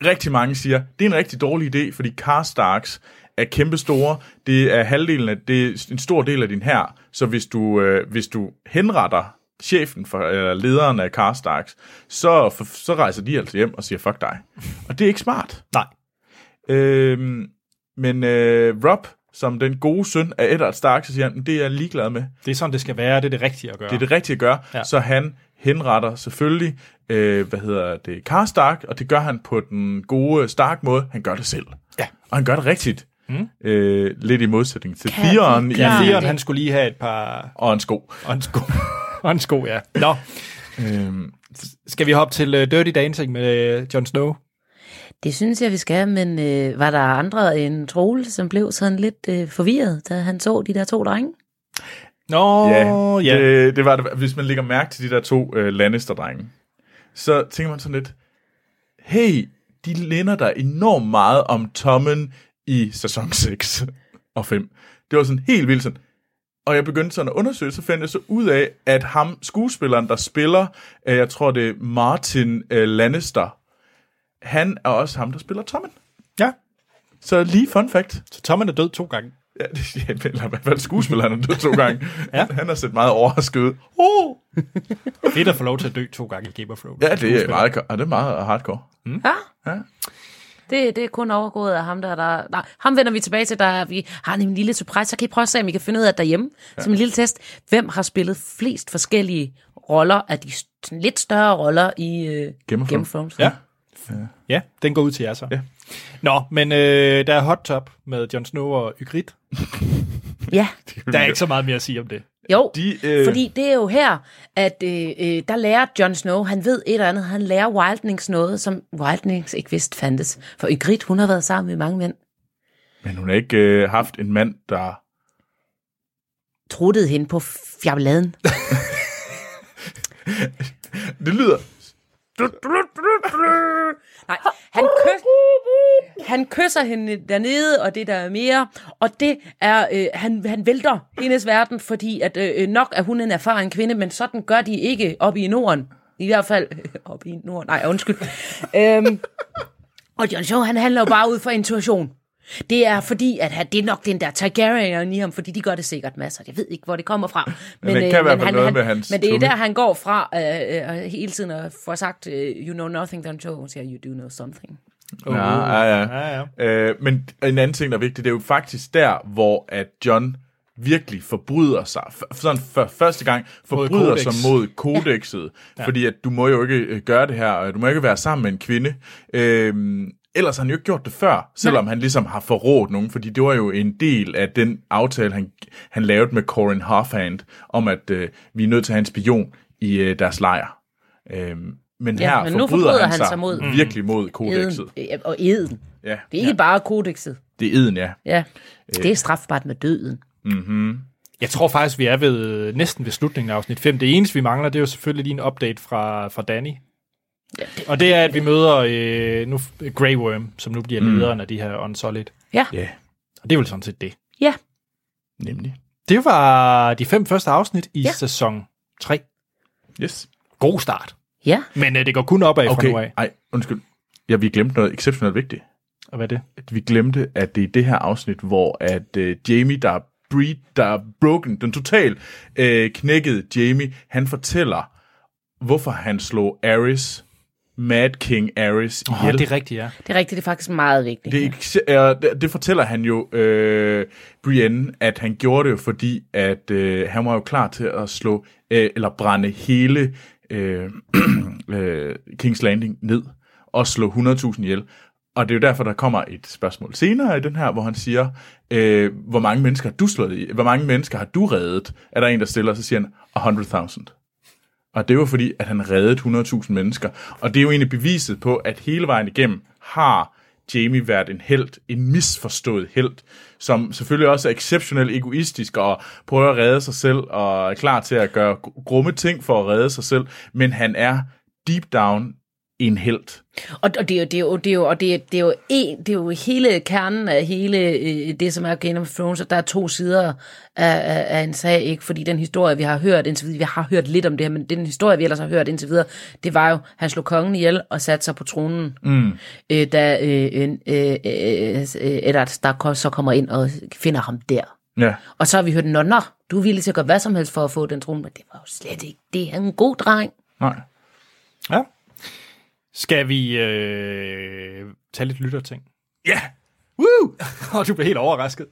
S3: Rigtig mange siger, det er en rigtig dårlig idé, fordi Karstarks er kæmpestore, det er halvdelen af, det er en stor del af din her, så hvis du, øh, hvis du henretter chefen for, eller lederen af Karstarks, så, for, så rejser de altså hjem og siger, fuck dig. Og det er ikke smart.
S1: Nej.
S3: Øhm, men øh, Rob, som den gode søn af Eddard Stark, så siger han, "Men det er jeg ligeglad med.
S1: det er sådan, det skal være. Det er det rigtige at gøre.
S3: Det er det rigtige at gøre. Ja.
S1: Ja.
S3: Så han henretter selvfølgelig, øh, hvad hedder det, Karstark, og det gør han på den gode Stark-måde. Han gør det selv.
S1: Ja.
S3: Og han gør det rigtigt. Mm. Øh, lidt i modsætning til
S2: Kan
S3: fireren i,
S2: vi klare
S1: Leon,
S2: det?
S1: han skulle lige have et par...
S3: og en sko.
S1: Og en sko. og en sko, ja. Nå,
S3: Øhm,
S1: skal vi hoppe til uh, Dirty Dancing med uh, Jon Snow?
S2: Det synes jeg, vi skal, men øh, var der andre end Troel, som blev sådan lidt øh, forvirret, da han så de der to drenge?
S1: Nå,
S3: Ja, ja. Det, det var det. Hvis man lægger mærke til de der to øh, Lannister-drenge, så tænker man sådan lidt, hey, de linder der enormt meget om Tommen i sæson 6 og 5. Det var sådan helt vildt sådan. Og jeg begyndte sådan at undersøge, så fandt jeg så ud af, at ham, skuespilleren, der spiller, øh, jeg tror det er Martin øh, Lannister, han er også ham, der spiller Tommen.
S1: Ja.
S3: Så lige fun fact.
S1: Så Tommen er død to gange.
S3: Ja, det, ja, eller i hvert fald skuespilleren er død to gange. ja.
S1: Ja.
S3: Han har set meget overrasket ud. Oh!
S1: Det er der får lov til at dø to gange i Game of Thrones.
S3: Ja, det er meget, ja, det er meget hardcore.
S2: Ja.
S3: Ja.
S2: Det, det er kun overgået af ham, der, der... Nej, ham vender vi tilbage til, der vi har en lille surprise. Så kan I prøve at se, om I kan finde ud af derhjemme, ja. som en lille test, hvem har spillet flest forskellige roller af de sådan lidt større roller i øh,
S3: Game of
S2: Game of Thrones.
S1: Ja. Ja, den går ud til jer så.
S3: Ja.
S1: Nå, men øh, der er Hot Top med Jon Snow og Ygritte.
S2: ja.
S1: Der er ikke så meget mere at sige om det.
S2: Jo,
S3: De, øh,
S2: fordi det er jo her, at øh, øh, der lærer Jon Snow, han ved et eller andet, han lærer Wildlings noget, som Wildlings ikke vidste fandtes. For Ygritte, hun har været sammen med mange mænd,
S3: Men hun har ikke øh, haft en mand, der...
S2: truttede hende på fjabladen.
S3: Det lyder...
S2: Nej, han, kys, han kysser hende dernede, og det der er mere, og det er, øh, han, han vælter hendes verden, fordi at øh, øh, nok er hun en erfaren kvinde, men sådan gør de ikke op i Norden. I hvert fald øh, op i Norden, nej undskyld. øhm, og Jon Snow, han handler jo bare ud fra intuition. Det er fordi, at han, det er nok den der Targaryen i ham, fordi de gør det sikkert masser. Jeg ved ikke, hvor det kommer fra. øh,
S3: det kan i hvert fald noget med hans
S2: men det er
S3: tunge.
S2: der, han går fra øh, øh, og hele tiden og får sagt, øh, you know nothing, Jon Snow, hun siger, you do know something.
S1: Oh,
S3: Ja, ja, ja.
S1: ja, ja.
S3: Øh, men en anden ting, der er vigtig, det er jo faktisk der, hvor at John virkelig forbryder sig. F- sådan for første gang forbryder
S1: codex.
S3: sig mod kodexet. Ja. Fordi at du må jo ikke øh, gøre det her, og du må ikke være sammen med en kvinde. Øhm, ellers har han jo ikke gjort det før, selvom han ligesom har forrådt nogen, fordi det var jo en del af den aftale, han, han lavede med Corin Hoffhand, om at øh, vi er nødt til at have en spion i øh, deres lejr. Øhm, men
S2: Ja,
S3: her
S2: men nu
S3: forbryder, han, sig, mod, virkelig mod kodexet.
S2: Eden, øh, og eden.
S3: Ja, Øh.
S2: Det er ikke ja. bare kodexet.
S3: det er eden, ja.
S2: Ja. Det er strafbart med døden.
S1: Jeg tror faktisk, vi er ved næsten ved slutningen af afsnit 5. Det eneste, vi mangler, det er jo selvfølgelig lige en update fra, fra Danny. Og det er, at vi møder øh, nu Grey Worm, som nu bliver
S3: Mm.
S1: lederen af de her Unsolid.
S2: Ja.
S3: Ja.
S1: Og det er vel sådan set det.
S2: Ja.
S3: Nemlig.
S1: Det var de fem første afsnit i
S2: Ja.
S1: ja. sæson 3.
S3: Yes.
S1: God start.
S2: Ja.
S1: Men øh, det går kun opad okay. fra nu
S3: Okay,
S1: af.
S3: nej, undskyld. Ja, vi glemte noget exceptionelt vigtigt.
S1: Og hvad er det?
S3: At vi glemte, at det er i det her afsnit, hvor at øh, Jamie, der er breed, der er broken, den totalt øh, knækkede Jamie, han fortæller, hvorfor han slog Ares, Mad King Ares
S1: Oh,
S3: ihjel.
S1: det er rigtigt, ja.
S2: Det er rigtigt, det er faktisk meget vigtigt.
S3: Det, er ikke- er, det, det fortæller han jo, øh, Brienne, at han gjorde det jo, fordi at øh, han var jo klar til at slå, øh, eller brænde hele øh, øh, King's Landing ned, og slå 100.000 ihjel. Og det er jo derfor, der kommer et spørgsmål senere i den her, hvor han siger, øh, hvor mange mennesker har du slået i? Hvor mange mennesker har du reddet? Er der en, der stiller, og så siger han, 100.000. Og det var fordi, at han reddede 100.000 mennesker. Og det er jo egentlig beviset på, at hele vejen igennem har Jamie været en held, en misforstået held, som selvfølgelig også er exceptionelt egoistisk og prøver at redde sig selv og er klar til at gøre gr- grumme ting for at redde sig selv, men han er deep down en held.
S2: Og, og det er jo, det er jo, det er jo, og det er, det er jo, en, det er jo hele kernen af hele øh, det, som er Game of Thrones, at der er to sider af, af, af en sag, ikke? Fordi den historie, vi har hørt indtil videre, vi har hørt lidt om det her, men den historie, vi ellers har hørt indtil videre, det var jo, han slog kongen ihjel og satte sig på tronen, mm. øh, da øh, en, øh, øh, øh, Eddard Stark så kommer ind og finder ham der.
S3: Ja.
S2: Og så har vi hørt, nå, nå, du er villig til at gøre hvad som helst for at få den trone, men det var jo slet ikke det. Han er en god dreng.
S3: Nej.
S1: ja. Skal vi øh, tage lidt lytterting?
S3: Ja! Woo!
S1: Og du bliver helt overrasket.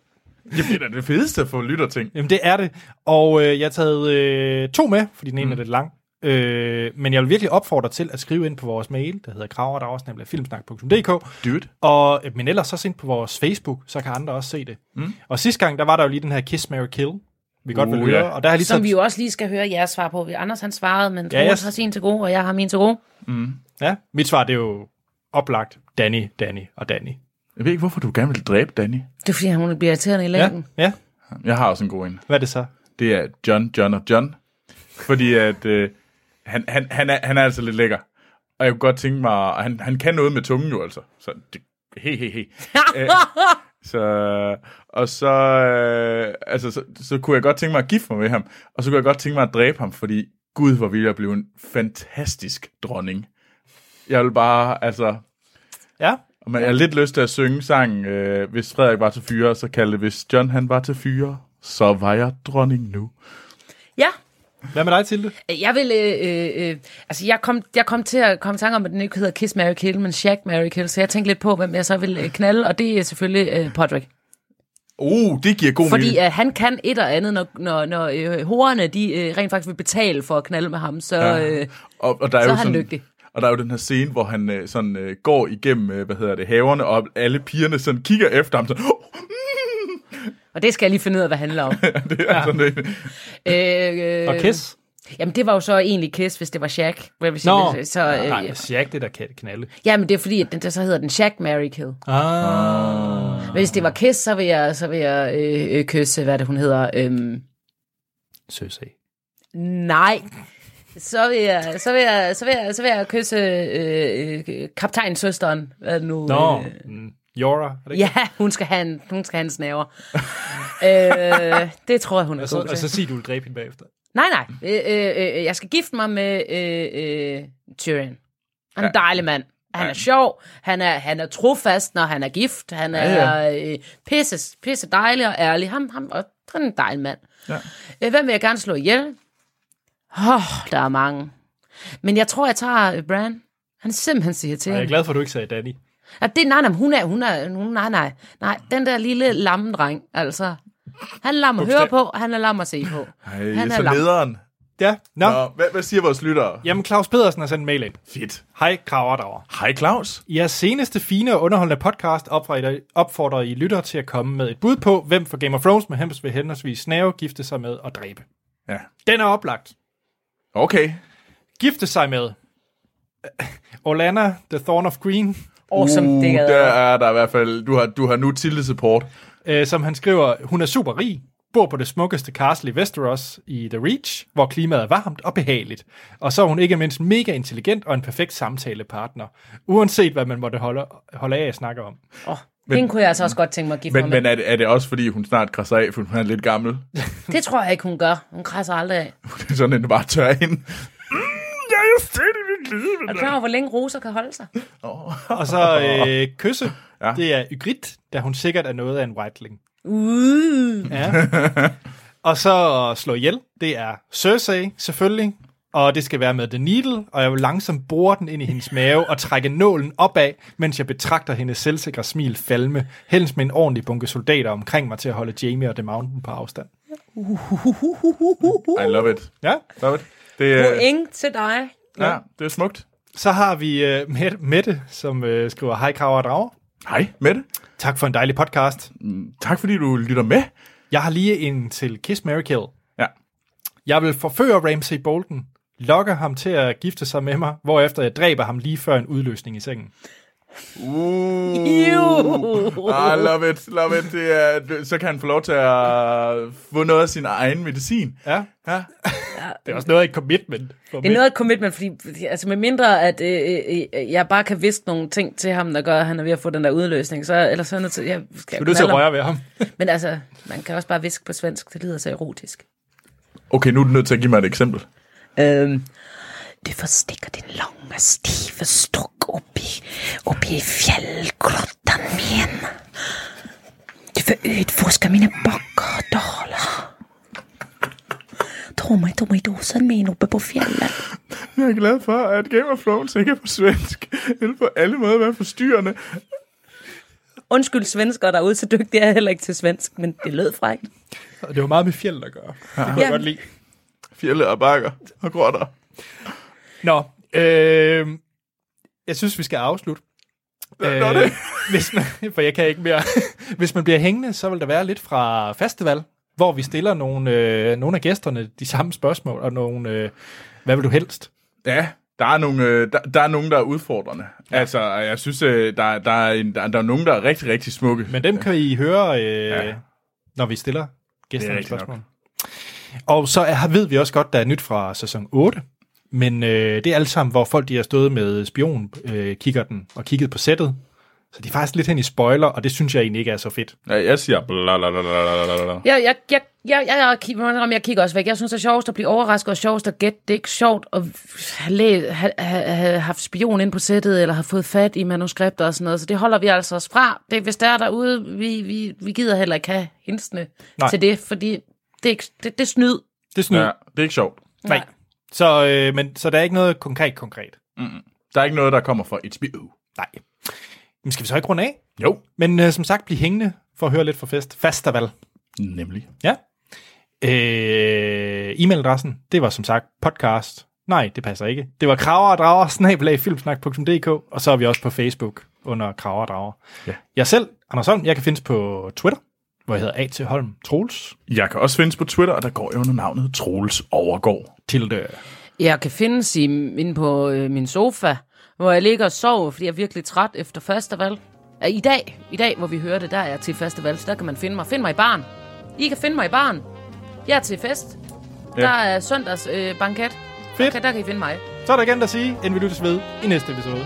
S3: Det bliver da det fedeste at få lytterting.
S1: Jamen, det er det. Og øh, jeg har taget øh, to med, fordi den ene mm. er lidt lang. Øh, men jeg vil virkelig opfordre til at skrive ind på vores mail, der hedder kraver, der også nemlig filmsnak.dk.
S3: Dude.
S1: Og, øh, men ellers så sind på vores Facebook, så kan andre også se det. Mm. Oh, Og sidste gang, der var der jo lige den her Kiss, Mary Kill, vi godt
S3: Uh,
S1: vil høre.
S3: ja.
S1: Og der har jeg lige
S2: Som
S1: taget,
S2: vi jo også lige skal høre jeres svar på. Anders han svarede, men Troels
S1: Ja, jeg-
S2: har sin til gode, og jeg har min til gode.
S1: ja, mit svar det er jo oplagt Danny, Danny og Danny.
S3: Jeg ved ikke, hvorfor du gerne vil dræbe Danny.
S2: Det er fordi, hun bliver irriterende i
S1: Ja,
S2: længden.
S1: ja.
S3: Jeg har også en god en.
S1: Hvad er det så?
S3: det er John, John og John. Fordi at øh, han, han, han, er, han er altså lidt lækker. Og jeg kunne godt tænke mig, og han, han kan noget med tungen jo altså. Så det, he, he, he. Æ, så, og så, øh, altså, så, så kunne jeg godt tænke mig at gifte mig med ham. Og så kunne jeg godt tænke mig at dræbe ham, fordi gud, hvor ville jeg blive en fantastisk dronning. Jeg vil bare, altså,
S1: Ja,
S3: men jeg har lidt lyst til at synge sangen, øh, hvis Frederik var til fyre, så kaldte det, hvis John han var til fyre, så var jeg dronning nu.
S2: Ja.
S1: hvad med dig, Tilde?
S2: Jeg vil, øh, øh, øh, altså jeg kom, jeg kom til at komme i tanke om, at den ikke hedder Kiss Mary Kill, men Shaq Mary Kill, så jeg tænkte lidt på, hvem jeg så vil øh, knalde, og det er selvfølgelig øh, Podrick.
S3: Uh, det giver god
S2: Fordi
S3: mening.
S2: øh, han kan et og andet, når, når, når øh, horerne, de øh, rent faktisk vil betale for at knalde med ham, så
S3: Ja.
S2: øh,
S3: Og, og der er
S2: så
S3: jo
S2: er han
S3: sådan,
S2: lykkelig.
S3: Og der er jo den her scene, hvor han øh, sådan øh, går igennem, øh, hvad hedder det, haverne, og alle pigerne sådan kigger efter ham, sådan, oh,
S2: og det skal jeg lige finde ud af, hvad det handler om.
S3: det er ja. sådan det.
S2: øh, øh,
S1: Og Kiss?
S2: Jamen det var jo så egentlig Kiss, hvis det var Shaq. Hvad vil sige,
S1: Nå,
S2: hvis- så, øh,
S1: nej, Jack, det der kan knalde.
S2: Ja, men det er fordi, at den, der så hedder den Shaq Mary Kill.
S1: Ah.
S2: Hvis det var Kiss, så vil jeg, så vil jeg øh, øh, kysse, hvad er det hun hedder. Øhm,
S1: Søsag.
S2: nej. Så vil jeg, så vil jeg, så vil jeg, så vil jeg kysse øh, øh, kaptajnsøsteren. Hvad er det nu?
S1: Nå,
S2: Øh,
S1: mm, Jorah, er det ikke?
S2: ja, hun skal have en, hun skal have en snaver. øh, det tror jeg, hun er
S1: Og så,
S2: god
S1: og så
S2: til.
S1: sig, du vil dræbe hende bagefter.
S2: Nej, nej. Øh, øh, øh, jeg skal gifte mig med øh, øh, Tyrion. Han er en dejlig mand. Han er sjov, han er, han er trofast, når han er gift, han er ja, ja. Øh, pisse, pisse dejlig og ærlig. Ham, ham, og han er en dejlig mand.
S3: Ja.
S2: Øh, hvem vil jeg gerne slå ihjel? Åh, der er mange. Men jeg tror, jeg tager øh, Bran. Han er simpelthen så
S1: Og jeg er
S2: irriterende.
S1: glad for, at du ikke sagde Danny.
S2: Ja, det, nej, nej, men hun er, hun er, hun, nej, nej, nej, den der lille lammedreng, altså. Han er lam at høre på, han er lam at se på.
S3: Ej,
S2: Han er
S3: så
S2: lang.
S3: lederen.
S1: Ja, nå.
S3: Nå, hvad, hvad siger vores lyttere?
S1: Jamen, Claus Pedersen har sendt en mail ind.
S3: Fedt.
S1: Hej, Kraverdrager.
S3: Hej Claus.
S1: I jeres seneste fine og underholdende podcast opfordrer- opfordrer I lytter til at komme med et bud på, hvem for Game of Thrones med Hems vil henholdsvis snave, gifte sig med og dræbe.
S3: Ja.
S1: Den er oplagt.
S3: Okay.
S1: Gifte sig med. Orlana, The Thorn of Green,
S2: Awesome,
S3: uh,
S2: det gad jeg.
S3: der er der i hvert fald, du har, du har nu Tilde support.
S1: øh, som han skriver, hun er super rig, bor på det smukkeste castle i Westeros i The Reach, hvor klimaet er varmt og behageligt. Og så er hun ikke mindst mega intelligent og en perfekt samtalepartner, uanset hvad man måtte holde, holde af at snakke om.
S2: Oh, men, hende kunne jeg altså også godt tænke mig at give
S3: Men,
S2: for
S3: men
S2: mig.
S3: er, det, er det også, fordi hun snart krasser af, for hun er lidt gammel?
S2: Det tror jeg ikke, hun gør. Hun krasser aldrig af.
S3: Det er sådan, at det bare tør ind.
S2: Er du klar over, hvor længe roser kan holde sig?
S1: Og så øh, kysse,
S3: Ja.
S1: ja. det er Ygritte, da hun sikkert er noget af en whiteling.
S2: Uh.
S1: Ja. og så slå ihjel, det er Cersei, selvfølgelig. Og det skal være med The Needle, og jeg vil langsomt bore den ind i hendes mave og trække nålen opad, mens jeg betragter hendes selvsikre smil falme, helst med en ordentlig bunke soldater omkring mig til at holde Jamie og The Mountain på afstand.
S3: I love it.
S1: Ja.
S3: Love it. Det, er,
S2: Ingen til dig.
S3: ja, det er smukt.
S1: Så har vi uh, Mette, Mette, som uh, skriver, Hej Krav og Drager.
S3: Hej, Mette.
S1: Tak for en dejlig podcast.
S3: Tak, fordi du lytter med.
S1: Jeg har lige en til Kiss Mary Kill.
S3: Ja.
S1: Jeg vil forføre Ramsey Bolton, lokke ham til at gifte sig med mig, hvorefter jeg dræber ham lige før en udløsning i sengen.
S3: Uh,
S2: Jo.
S3: I Ah, love it, love it. Det er, det- så kan han få lov til at få noget af sin egen medicin.
S1: Ja,
S3: Ja.
S1: det er også noget af et commitment. For
S2: Det er noget af et commitment, fordi fordi, altså med mindre, at øh, øh, øh, jeg bare kan viske nogle ting til ham, der gør, at han er ved at få den der udløsning, så ellers så er jeg nødt til, jeg skal
S1: Du er nødt til at røre ved ham.
S2: Men altså, man kan også bare viske på svensk, det lyder så erotisk.
S3: Okay, nu er du nødt til at give mig et eksempel.
S2: Øhm, du forstikker din lange, stive stok op i, op i fjällgrottan min. Du får utforska mina backar och dalar. Ta mig, ta mig dosan min uppe på fjällen.
S3: Jeg er glad for, at Game of Thrones ikke er på svensk. Eller på alle måder være forstyrrende.
S2: Undskyld svensker derude, så dygtig er jeg heller ikke til svensk, men det lød frækt.
S1: Og det var meget med fjeld at gøre. Det kunne jeg
S2: Ja.
S1: godt lide.
S3: Fjelle og bakker og grotter.
S1: Nå, øh, jeg synes, vi skal afslutte. Øh,
S3: nå, det-
S1: hvis man, for jeg kan ikke mere. Hvis man bliver hængende, så vil der være lidt fra festival, hvor vi stiller nogle, øh, nogle af gæsterne de samme spørgsmål, og nogle, øh, hvad vil du helst?
S3: Ja, der er nogle, øh, der, der er nogen, der er udfordrende. Ja. Altså, jeg synes, øh, der, der, er en, der, der er nogen, der er rigtig, rigtig smukke.
S1: Men dem kan I høre, øh,
S3: Ja.
S1: ja. når vi stiller gæsterne
S3: rigtigt
S1: spørgsmål. Og så er, ved vi også godt, der er nyt fra sæson 8. Men øh, det er alt sammen, hvor folk de har stået med spion, øh, kigger den og kigget på sættet. Så de er faktisk lidt hen i spoiler, og det synes jeg egentlig ikke er så fedt.
S3: Ja, jeg siger bla bla bla bla bla bla.
S2: Jeg, jeg, jeg, jeg, jeg, jeg, jeg, må indrømme, jeg kigger også væk. Jeg synes, det er sjovest at blive overrasket, og sjovest at gætte. Det er ikke sjovt at have, læ- have, have, have haft spion ind på sættet, eller have fået fat i manuskripter og sådan noget. Så det holder vi altså os fra. Det, hvis der er derude, vi, vi, vi gider heller ikke have hintsene
S1: Nej.
S2: til det, fordi det er, ikke, det, det er snyd.
S1: Det er snyd.
S3: Ja,
S1: Ja.
S3: det er ikke sjovt.
S1: Nej. Så, øh, men, så der er ikke noget konkret konkret.
S3: Der er ikke noget, der kommer fra HBO.
S1: Nej. Men skal vi så ikke runde af?
S3: Jo,
S1: Men øh, som sagt, bliv hængende for at høre lidt fra fest. Fastaval.
S3: nemlig.
S1: Ja. Øh, e-mailadressen, det var som sagt podcast. Nej, det passer ikke. Det var kraver og drager, snablag, filmsnak.dk, og så er vi også på Facebook under kraver og drager.
S3: Ja.
S1: Jeg selv, Anders Holm, jeg kan findes på Twitter, hvor jeg hedder A.T. Holm Troels.
S3: Jeg kan også findes på Twitter, og der går jeg under navnet Troels Overgaard.
S1: Tilde.
S2: Jeg kan findes i, inde på øh, min sofa, hvor jeg ligger og sover, fordi jeg er virkelig træt efter festival. Ja, I dag, i dag, hvor vi hører det, der er jeg til festival, så der kan man finde mig. Find mig i barn. I kan finde mig i barn. Jeg er til fest. Der er søndags øh, banket. Der
S1: Fedt.
S2: kan, der kan I finde mig.
S1: Så er der igen der sige, end vi lyttes ved i næste episode.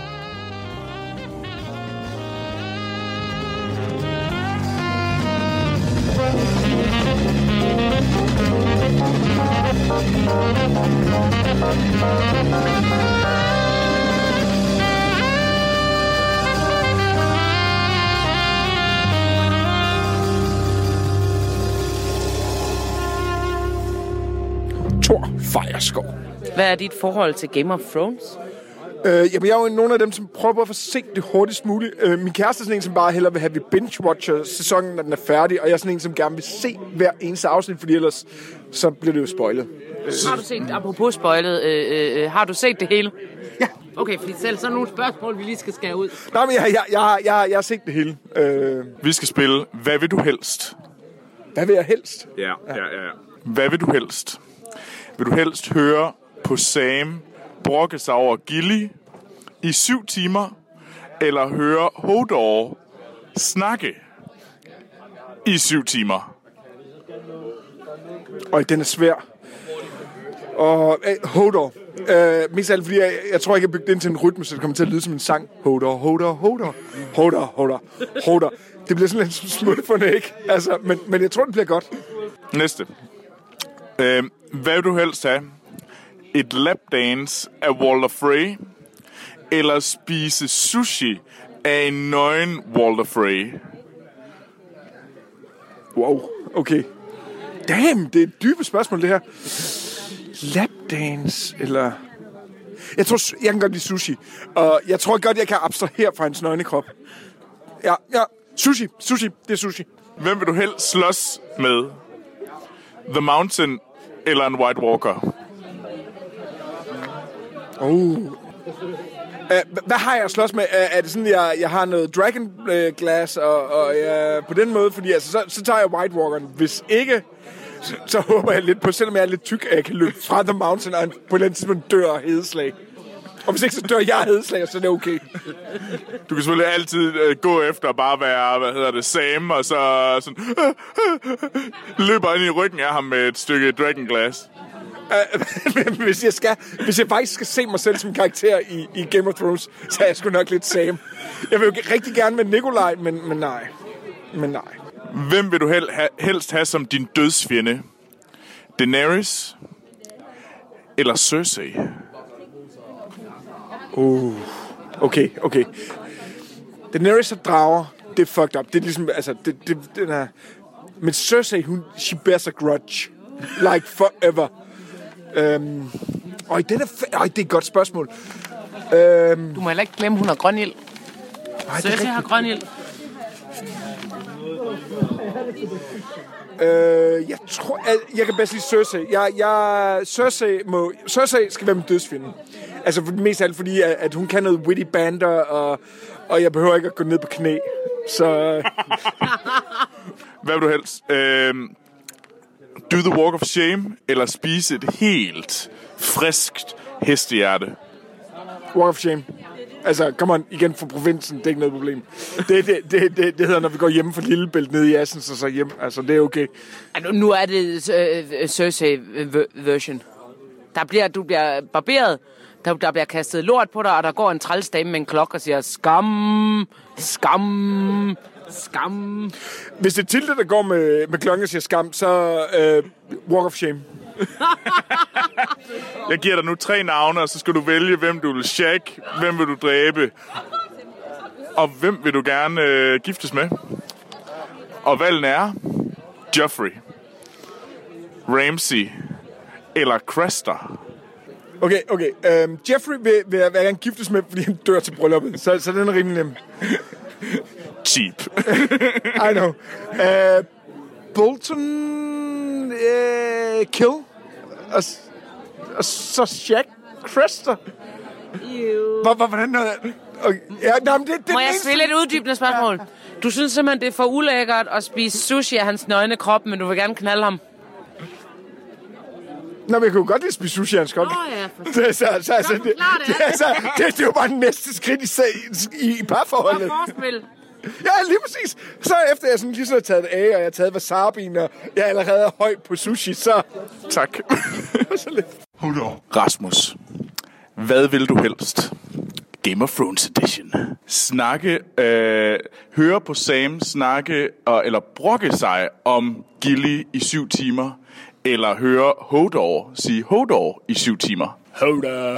S5: Thor Fejerskov.
S2: Hvad er dit forhold til Game of Thrones?
S5: Øh, jamen, jeg er jo nogle af dem, som prøver på at få set det hurtigst muligt. Øh, min kæreste er sådan en, som bare hellere vil have, at vi binge-watcher sæsonen, når den er færdig, og jeg er sådan en, som gerne vil se hver eneste afsnit, fordi ellers så bliver det jo spoilet.
S2: Har du set, apropos spoilet, øh, øh, øh, har du set det hele? Ja. Okay, fordi selv så er nogle spørgsmål, vi lige skal skære ud.
S5: Nej, men jeg, jeg, jeg, jeg, jeg har set det hele. Øh,
S6: Vi skal spille Hvad vil du helst?
S5: hvad vil jeg helst?
S6: Ja, ja, ja. Hvad vil du helst? Vil du helst høre på Sam brokke sig over Gilly i syv timer, eller høre Hodor snakke i syv timer?
S5: Og den er svær. Og øh, Hodor. Øh, mest af alt, fordi jeg, jeg tror, jeg kan bygge det ind til en rytme, så det kommer til at lyde som en sang. Hodor, Hodor, Hodor. Hodor, Hodor, Hodor. Det bliver sådan lidt som smutfundet, ikke? Altså, men, men jeg tror, det bliver godt.
S3: Næste. Øh, hvad vil du helst have? Et lapdance af Walter Frey, eller spise sushi af en nøgen Walter Frey?
S5: Wow, okay. Damn, det er et dybe spørgsmål, det her. Lapdance, eller... Jeg tror, su- jeg kan godt lide sushi. Og jeg tror godt, jeg kan abstrahere fra hans nøgne krop. Ja, ja. Sushi, sushi, det er sushi.
S3: Hvem vil du helst slås med? The Mountain eller en White Walker?
S5: Uh, Øh, hvad har jeg at slås med? Er, er det sådan, at jeg, jeg har noget dragon øh, glass, og, og jeg, på den måde, fordi altså, så, så tager jeg White Walkeren. Hvis ikke, så, så håber jeg lidt på, selvom jeg er lidt tyk, at jeg kan løbe fra The Mountain, og han på et eller andet tidspunkt dør af hedeslag. Og hvis ikke, så dør jeg af hedeslag, og så er det okay.
S3: Du kan selvfølgelig altid øh, gå efter og bare være, hvad hedder det, Sam, og så sådan, løber ind i ryggen af ham med et stykke dragonglass.
S5: Øh, Men hvis, jeg skal, hvis jeg faktisk skal se mig selv som karakter i, i Game of Thrones, så er jeg sgu nok lidt Sam. Jeg vil jo rigtig gerne med Nikolaj, men, men nej. Men nej.
S3: Hvem vil du hel, ha, helst have som din dødsfjende? Daenerys eller Cersei?
S5: Okay, okay. Daenerys og drager, det er fucked up. Det er ligesom, altså, det, det, den er... Men Cersei, hun, she bears a grudge. Like forever. Øhm, øj, den er fa- øj, det er et godt spørgsmål. Øhm,
S2: Du må heller ikke glemme, hun har grøn ild.
S5: ej, det er
S2: Cersei har grøn ild.
S5: Øh, jeg tror, jeg, jeg kan bedst lide Cersei. Jeg, jeg, Cersei, må, Cersei skal være min dødsfjende. Altså for- mest af alt fordi, at, at hun kan noget witty banter, og, og jeg behøver ikke at gå ned på knæ. Så øh,
S3: Hvad vil du helst? Øhm, do the walk of shame eller spise et helt friskt hestehjerte?
S5: walk of shame. Altså, come on, igen fra provinsen, det er ikke noget problem. Det, det, det, det, det hedder, når vi går hjemme fra Lillebælt ned i Assens så så hjem. Altså, det er okay.
S2: Ej, nu- Nu er det øh, Cersei ver- version. Der bliver, du bliver barberet, der, der bliver kastet lort på dig, og der går en træls dame med en klok og siger, skam, skam, skam.
S5: Hvis det er Tilde, der går med, med klokken og siger skam, så øh, walk of shame.
S3: Jeg giver dig nu tre navne, og så skal du vælge, hvem du vil shag, hvem vil du dræbe, og hvem vil du gerne øh, giftes med. Og valgene er Joffrey, Ramsey eller Craster.
S5: Okay, okay. Øhm, Jeffrey vil, vil jeg vil jeg gerne giftes med, fordi han dør til brylluppet. Så, så den er rimelig nem.
S3: Cheap.
S5: I know. Øh, Bolton... Øh, kill. Og, s- og så Jack Crester. Hvor, hvor, hvordan er det? Okay. Ja, nej, men det, det er
S2: Må
S5: den
S2: jeg
S5: eneste-
S2: stille et uddybende spørgsmål? Du synes simpelthen, det er for ulækkert at spise sushi af hans nøgne krop, men du vil gerne knalde ham.
S5: Nå, men jeg kunne jo godt lide at spise sushi, Hans Kok.
S2: Åh, ja, for-
S5: Det, er så, så, så, så, det, det,
S2: forklare det. altså.
S5: er så, det, det er jo bare den næste skridt i, sag- i, i parforholdet.
S2: forspil.
S5: Ja, lige præcis. Så efter jeg sådan lige så har taget det af, og jeg har taget wasabien, og jeg allerede er høj på sushi, så...
S3: tak.
S5: så lidt.
S3: Rasmus, hvad vil du helst? Game of Thrones edition. Snakke, øh, høre på Sam snakke, og, eller brokke sig om Gilly i syv timer, eller høre Hodor sige Hodor i syv timer. Hodor.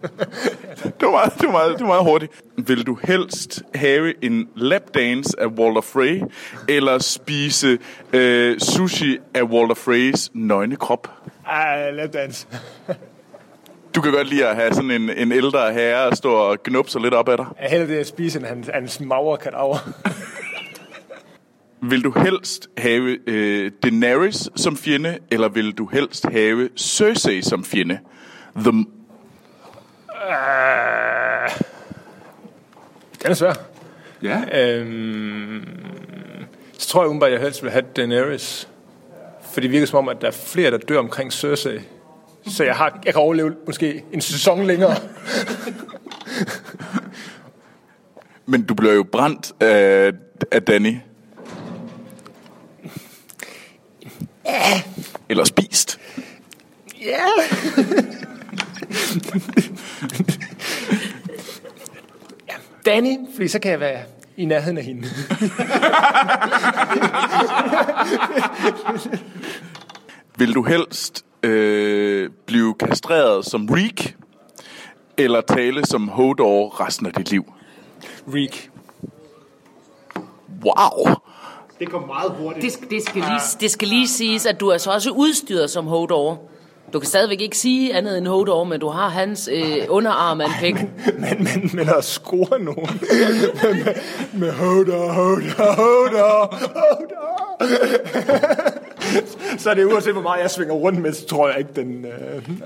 S3: det, var meget, det, var meget, det var meget hurtigt. Vil du helst have en lapdance af Walter Frey, eller spise øh, sushi af Walter Freys nøgne krop?
S5: Ej, lapdans.
S3: Du kan godt lide at have sådan en, en ældre herre og stå og gnubbe sig lidt op ad dig.
S7: Jeg hælder det at spise, end hans, hans magre kadaver.
S3: Vil du helst have øh, Daenerys som fjende, eller vil du helst have Cersei som fjende? The,
S7: Den er svær. Øh,
S3: ja.
S7: Øhm, så tror jeg umiddelbart, at jeg helst vil have Daenerys. For det virker som om, at der er flere, der dør omkring Cersei. Så jeg, har, jeg kan overleve måske en sæson længere.
S3: Men du bliver jo brændt af, af Danny. Eller spist.
S5: Danny, fordi så kan jeg være i nærheden af hende.
S3: Vil du helst øh, blive kastreret som Reek, eller tale som Hodor resten af dit liv?
S5: Reek.
S3: Wow!
S1: Det kom meget hurtigt.
S2: Det, sk- det, skal lige, det skal lige siges, at du er så også udstyret som Hodor. Du kan stadigvæk ikke sige andet end Hodor, men du har hans øh, underarm af en pik.
S5: Men, men, men at score nogen med, med, med holder, holder, holder, holder. så er det uanset, hvor meget jeg svinger rundt med, så tror jeg ikke, den... Øh,
S2: Til,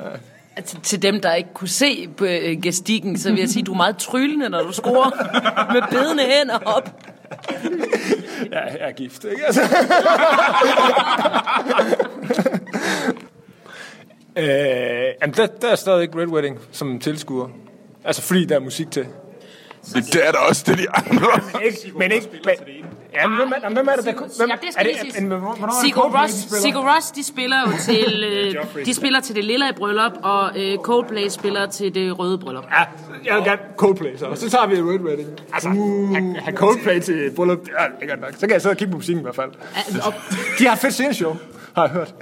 S2: Altså, til dem, der ikke kunne se på øh, gestikken, så vil jeg sige, at du er meget tryllende, når du scorer med bedende hænder op.
S5: jeg er gift, ikke? Altså. øh, jamen, der, der er stadig Red Wedding som tilskuer. Altså, fordi der er musik til.
S3: Det, det er da også det, de andre.
S5: Ikke, men ikke... Men, jamen, hvem, er- jamen, hvem er det, der... Hvem,
S2: Ja, det skal lige siges.
S5: er- men hvornår er det
S2: Sigur
S5: Coldplay,
S2: Ross,
S5: de spiller?
S2: Sigur Ross, de spiller jo til, øh, de spiller til det lilla i bryllup, og øh, Coldplay spiller til det røde bryllup.
S5: Ja, jeg vil gerne Coldplay så. Og så tager vi Red Wedding. Altså, have, have Coldplay til bryllup, det er lækkert nok. Så kan jeg sidde og kigge på musikken i hvert fald.
S2: Ja, og-
S5: De har et fedt sceneshow, har jeg hørt.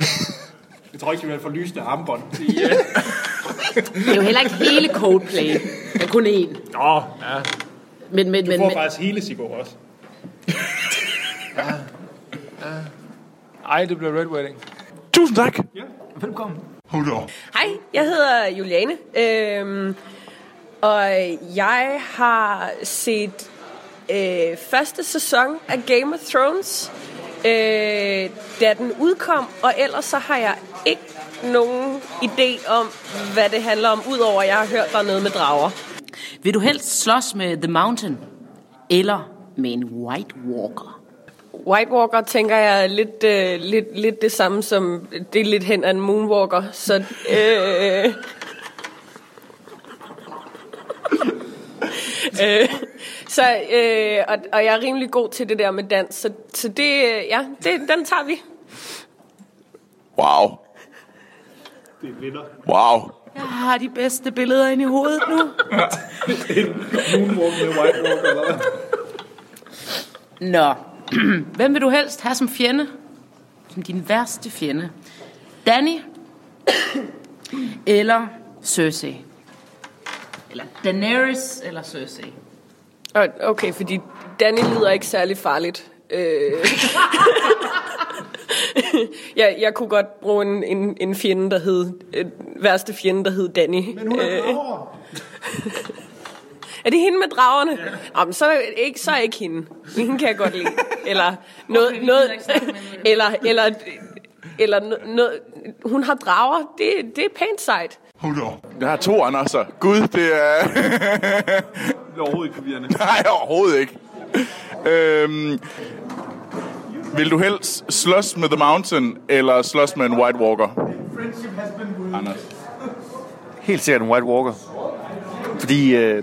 S1: Jeg tror ikke, de vil få lysende armbånd.
S2: Det er jo heller ikke hele Coldplay, men kun én.
S5: Nå, ja.
S2: Men, men, men,
S1: Du får
S2: men,
S1: faktisk hele Sigurd også.
S5: Ej, det bliver Red Wedding.
S3: Tusind tak.
S8: Hej, jeg hedder Juliane, øhm, og jeg har set øh, første sæson af Game of Thrones, øh, da den udkom, og ellers så har jeg ikke nogen idé om, hvad det handler om, udover at jeg har hørt, der er noget med drager.
S2: vil du helst slås med The Mountain, eller med en White Walker?
S8: White Walker tænker jeg er lidt, øh, lidt, lidt det samme som, det er lidt hen af en Moonwalker, så... Øh, øh, så, øh, og, og jeg er rimelig god til det der med dans, så, så det, øh, ja, det, den tager vi.
S3: Wow.
S1: Det er vinder.
S3: Wow.
S2: Jeg har de bedste billeder inde i hovedet nu.
S1: Moonwalk med White Walker, eller hvad?
S2: Nå, hvem vil du helst have som fjende? Som din værste fjende? Danny? eller Cersei? Eller Daenerys eller Cersei?
S8: Og, okay, fordi Danny lyder ikke særlig farligt. Øh, jeg, jeg kunne godt bruge en, en, en fjende, der hed, øh, værste fjende, der hed Danny. Men hun er Er det hende med dragerne? Ja. Jamen, så, er det ikke, så er ikke hende. Hende kan jeg godt lide. Eller noget...
S2: vi
S8: noget
S2: gider ikke snakke med hende.
S8: eller, eller, eller no, noget... Hun har drager. Det, det er pænt sejt.
S3: Jeg har to Anderser. Gud, det er...
S1: Det er overhovedet ikke forvirrende.
S3: Nej, overhovedet ikke. Øhm, vil du helst slås med The Mountain, eller slås med en White Walker?
S9: Helt sikkert en White Walker. Fordi øh,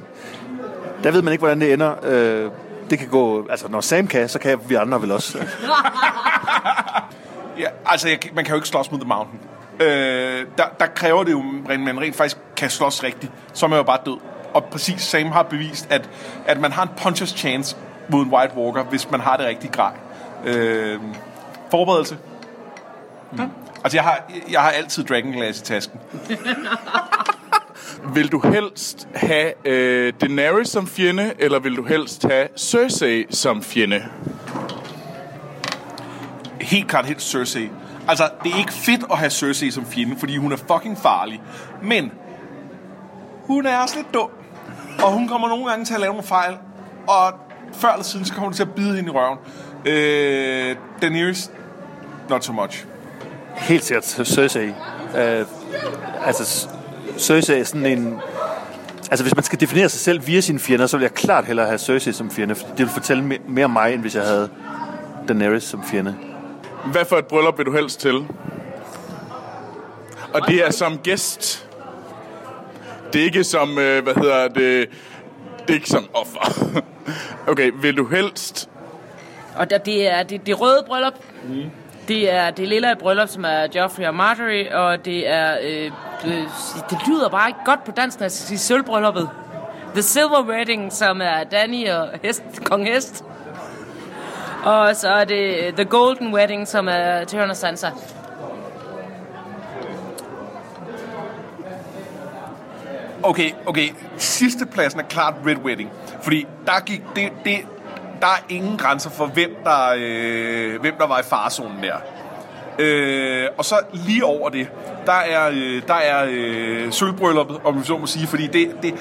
S9: der ved man ikke, hvordan det ender. Øh, det kan gå... Altså, når Sam kan, så kan vi andre vel også.
S7: Ja, altså, jeg, man kan jo ikke slås mod The Mountain. Øh, der, der kræver det jo, at man rent faktisk kan slås rigtigt. Så er man jo bare død. Og præcis Sam har bevist, at, at man har en puncher's chance mod en White Walker, hvis man har det rigtige grej. Øh, forberedelse. Mm. Altså, jeg har, jeg har altid Dragonglass i tasken.
S3: Vil du helst have øh, Daenerys som fjende, eller vil du helst have Cersei som fjende?
S7: helt klart helt Cersei. Altså, det er ikke fedt at have Cersei som fjende, fordi hun er fucking farlig. Men hun er også lidt dum. Og hun kommer nogle gange til at lave nogle fejl. Og før eller siden, så kommer hun til at bide hende i røven. Øh, Daenerys, not so much.
S9: Helt sikkert Cersei. Øh, altså, S- Cersei er sådan en... Altså, hvis man skal definere sig selv via sine fjender, så vil jeg klart hellere have Cersei som fjende, fordi det vil fortælle me- mere om mig, end hvis jeg havde Daenerys som fjende.
S3: Hvad for et bryllup vil du helst til? Og det er som gæst. Det er ikke som, øh, hvad hedder det, det er ikke som offer. Okay, vil du helst
S2: Og der, det er det, det røde bryllup. Det er det er lilla et bryllup, som er Joffrey og Marjorie, og det er... Øh, det, det lyder bare ikke godt på dansk, når jeg skal sige sølvbrylluppet. The Silver Wedding, som er Danny og hest, Kong Hest. Og så er det øh, The Golden Wedding, som er Tyrion og Sansa.
S3: Okay, okay. Sidste pladsen er klart Red Wedding. Fordi der gik... Det, det, der er ingen grænser for, hvem der, øh, hvem der var i farezonen der. Øh, og så lige over det, der er, øh, der er øh, sølvbrylluppet, om vi så må sige, fordi det, det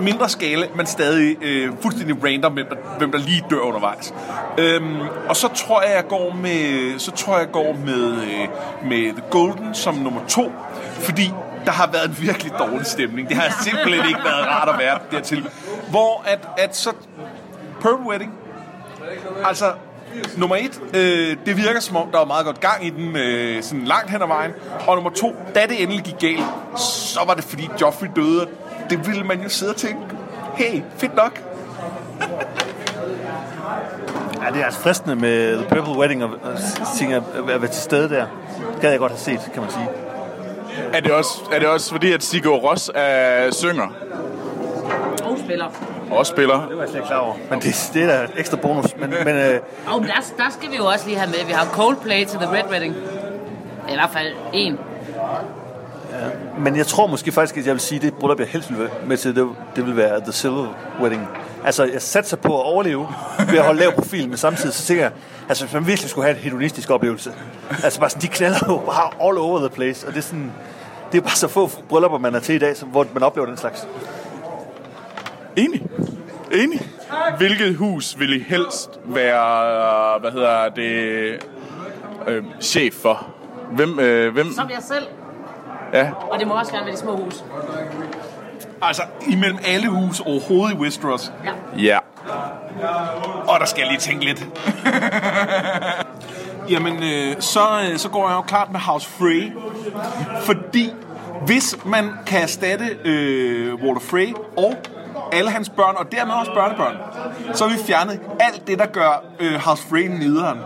S3: mindre skala, men stadig øh, fuldstændig random, hvem der, hvem der lige dør undervejs. Øhm, og så tror jeg, jeg går med, så tror jeg, jeg går med, øh, med The Golden som nummer to, fordi der har været en virkelig dårlig stemning. Det har simpelthen ikke været rart at være dertil. Hvor at, at så Purple Wedding, altså nummer et, øh, det virker som om, der var meget godt gang i den øh, sådan langt hen ad vejen. Og nummer to, da det endelig gik galt, så var det fordi Joffrey døde. Det ville man jo sidde og tænke, hey, fedt nok.
S9: Ja, det er altså fristende med The Purple Wedding og og ting at, at være til stede der. Det gad jeg godt have set, kan man sige.
S5: Er det også, er det også fordi, at Sigurd Ross er synger
S2: Og spiller.
S5: og også spiller?
S9: Det var jeg slet ikke klar over. Men det, det er da et ekstra bonus. Men, men øh,
S2: Og der, der skal vi jo også lige have med, vi har Coldplay til The Red Wedding. I hvert fald en.
S9: Men jeg tror måske faktisk, at jeg vil sige, at det bryllup, jeg helst vil være med til, det, det vil være The Silver Wedding. Altså, jeg satser på at overleve ved at holde lav profil, men samtidig så tænker jeg, altså hvis man virkelig skulle have en hedonistisk oplevelse, altså bare sådan, de knaller jo bare all over the place, og det er sådan, det er bare så få bryllupper, man er til i dag, som, hvor man oplever den slags.
S5: Enig. Enig. Hvilket hus vil I helst være, hvad hedder det, øh, chef for? Hvem, øh, hvem?
S2: Som jeg selv.
S5: Ja.
S2: Og det må også gerne være de små hus.
S3: Altså, imellem alle hus overhovedet i Westeros.
S5: Ja.
S3: Og der skal jeg lige tænke lidt. Jamen, øh, så, øh, så går jeg jo klart med House Frey. Fordi hvis man kan erstatte øh, Walter Frey og alle hans børn, og dermed også børnebørn, så har vi fjernet alt det, der gør øh, House Frey nederen.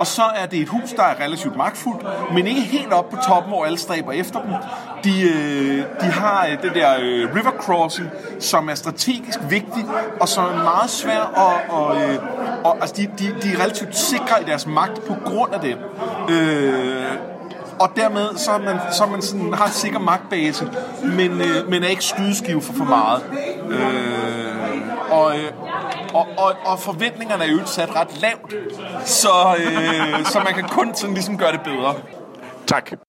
S3: Og så er det et hus, der er relativt magtfuldt, men ikke helt oppe på toppen, hvor alle stræber efter dem. De, øh, de har øh, det der øh, river crossing, som er strategisk vigtigt, og som er meget svær at... Og, øh, og, altså, de, de, de er relativt sikre i deres magt på grund af det. Øh, og dermed så, er man, så er man sådan, har en sikker magtbase, men, øh, men er ikke skydeskive for for meget. Øh, og, øh, og, og, og forventningerne er jo sat ret lavt, så, øh, så man kan kun sådan ligesom gøre det bedre.
S5: Tak.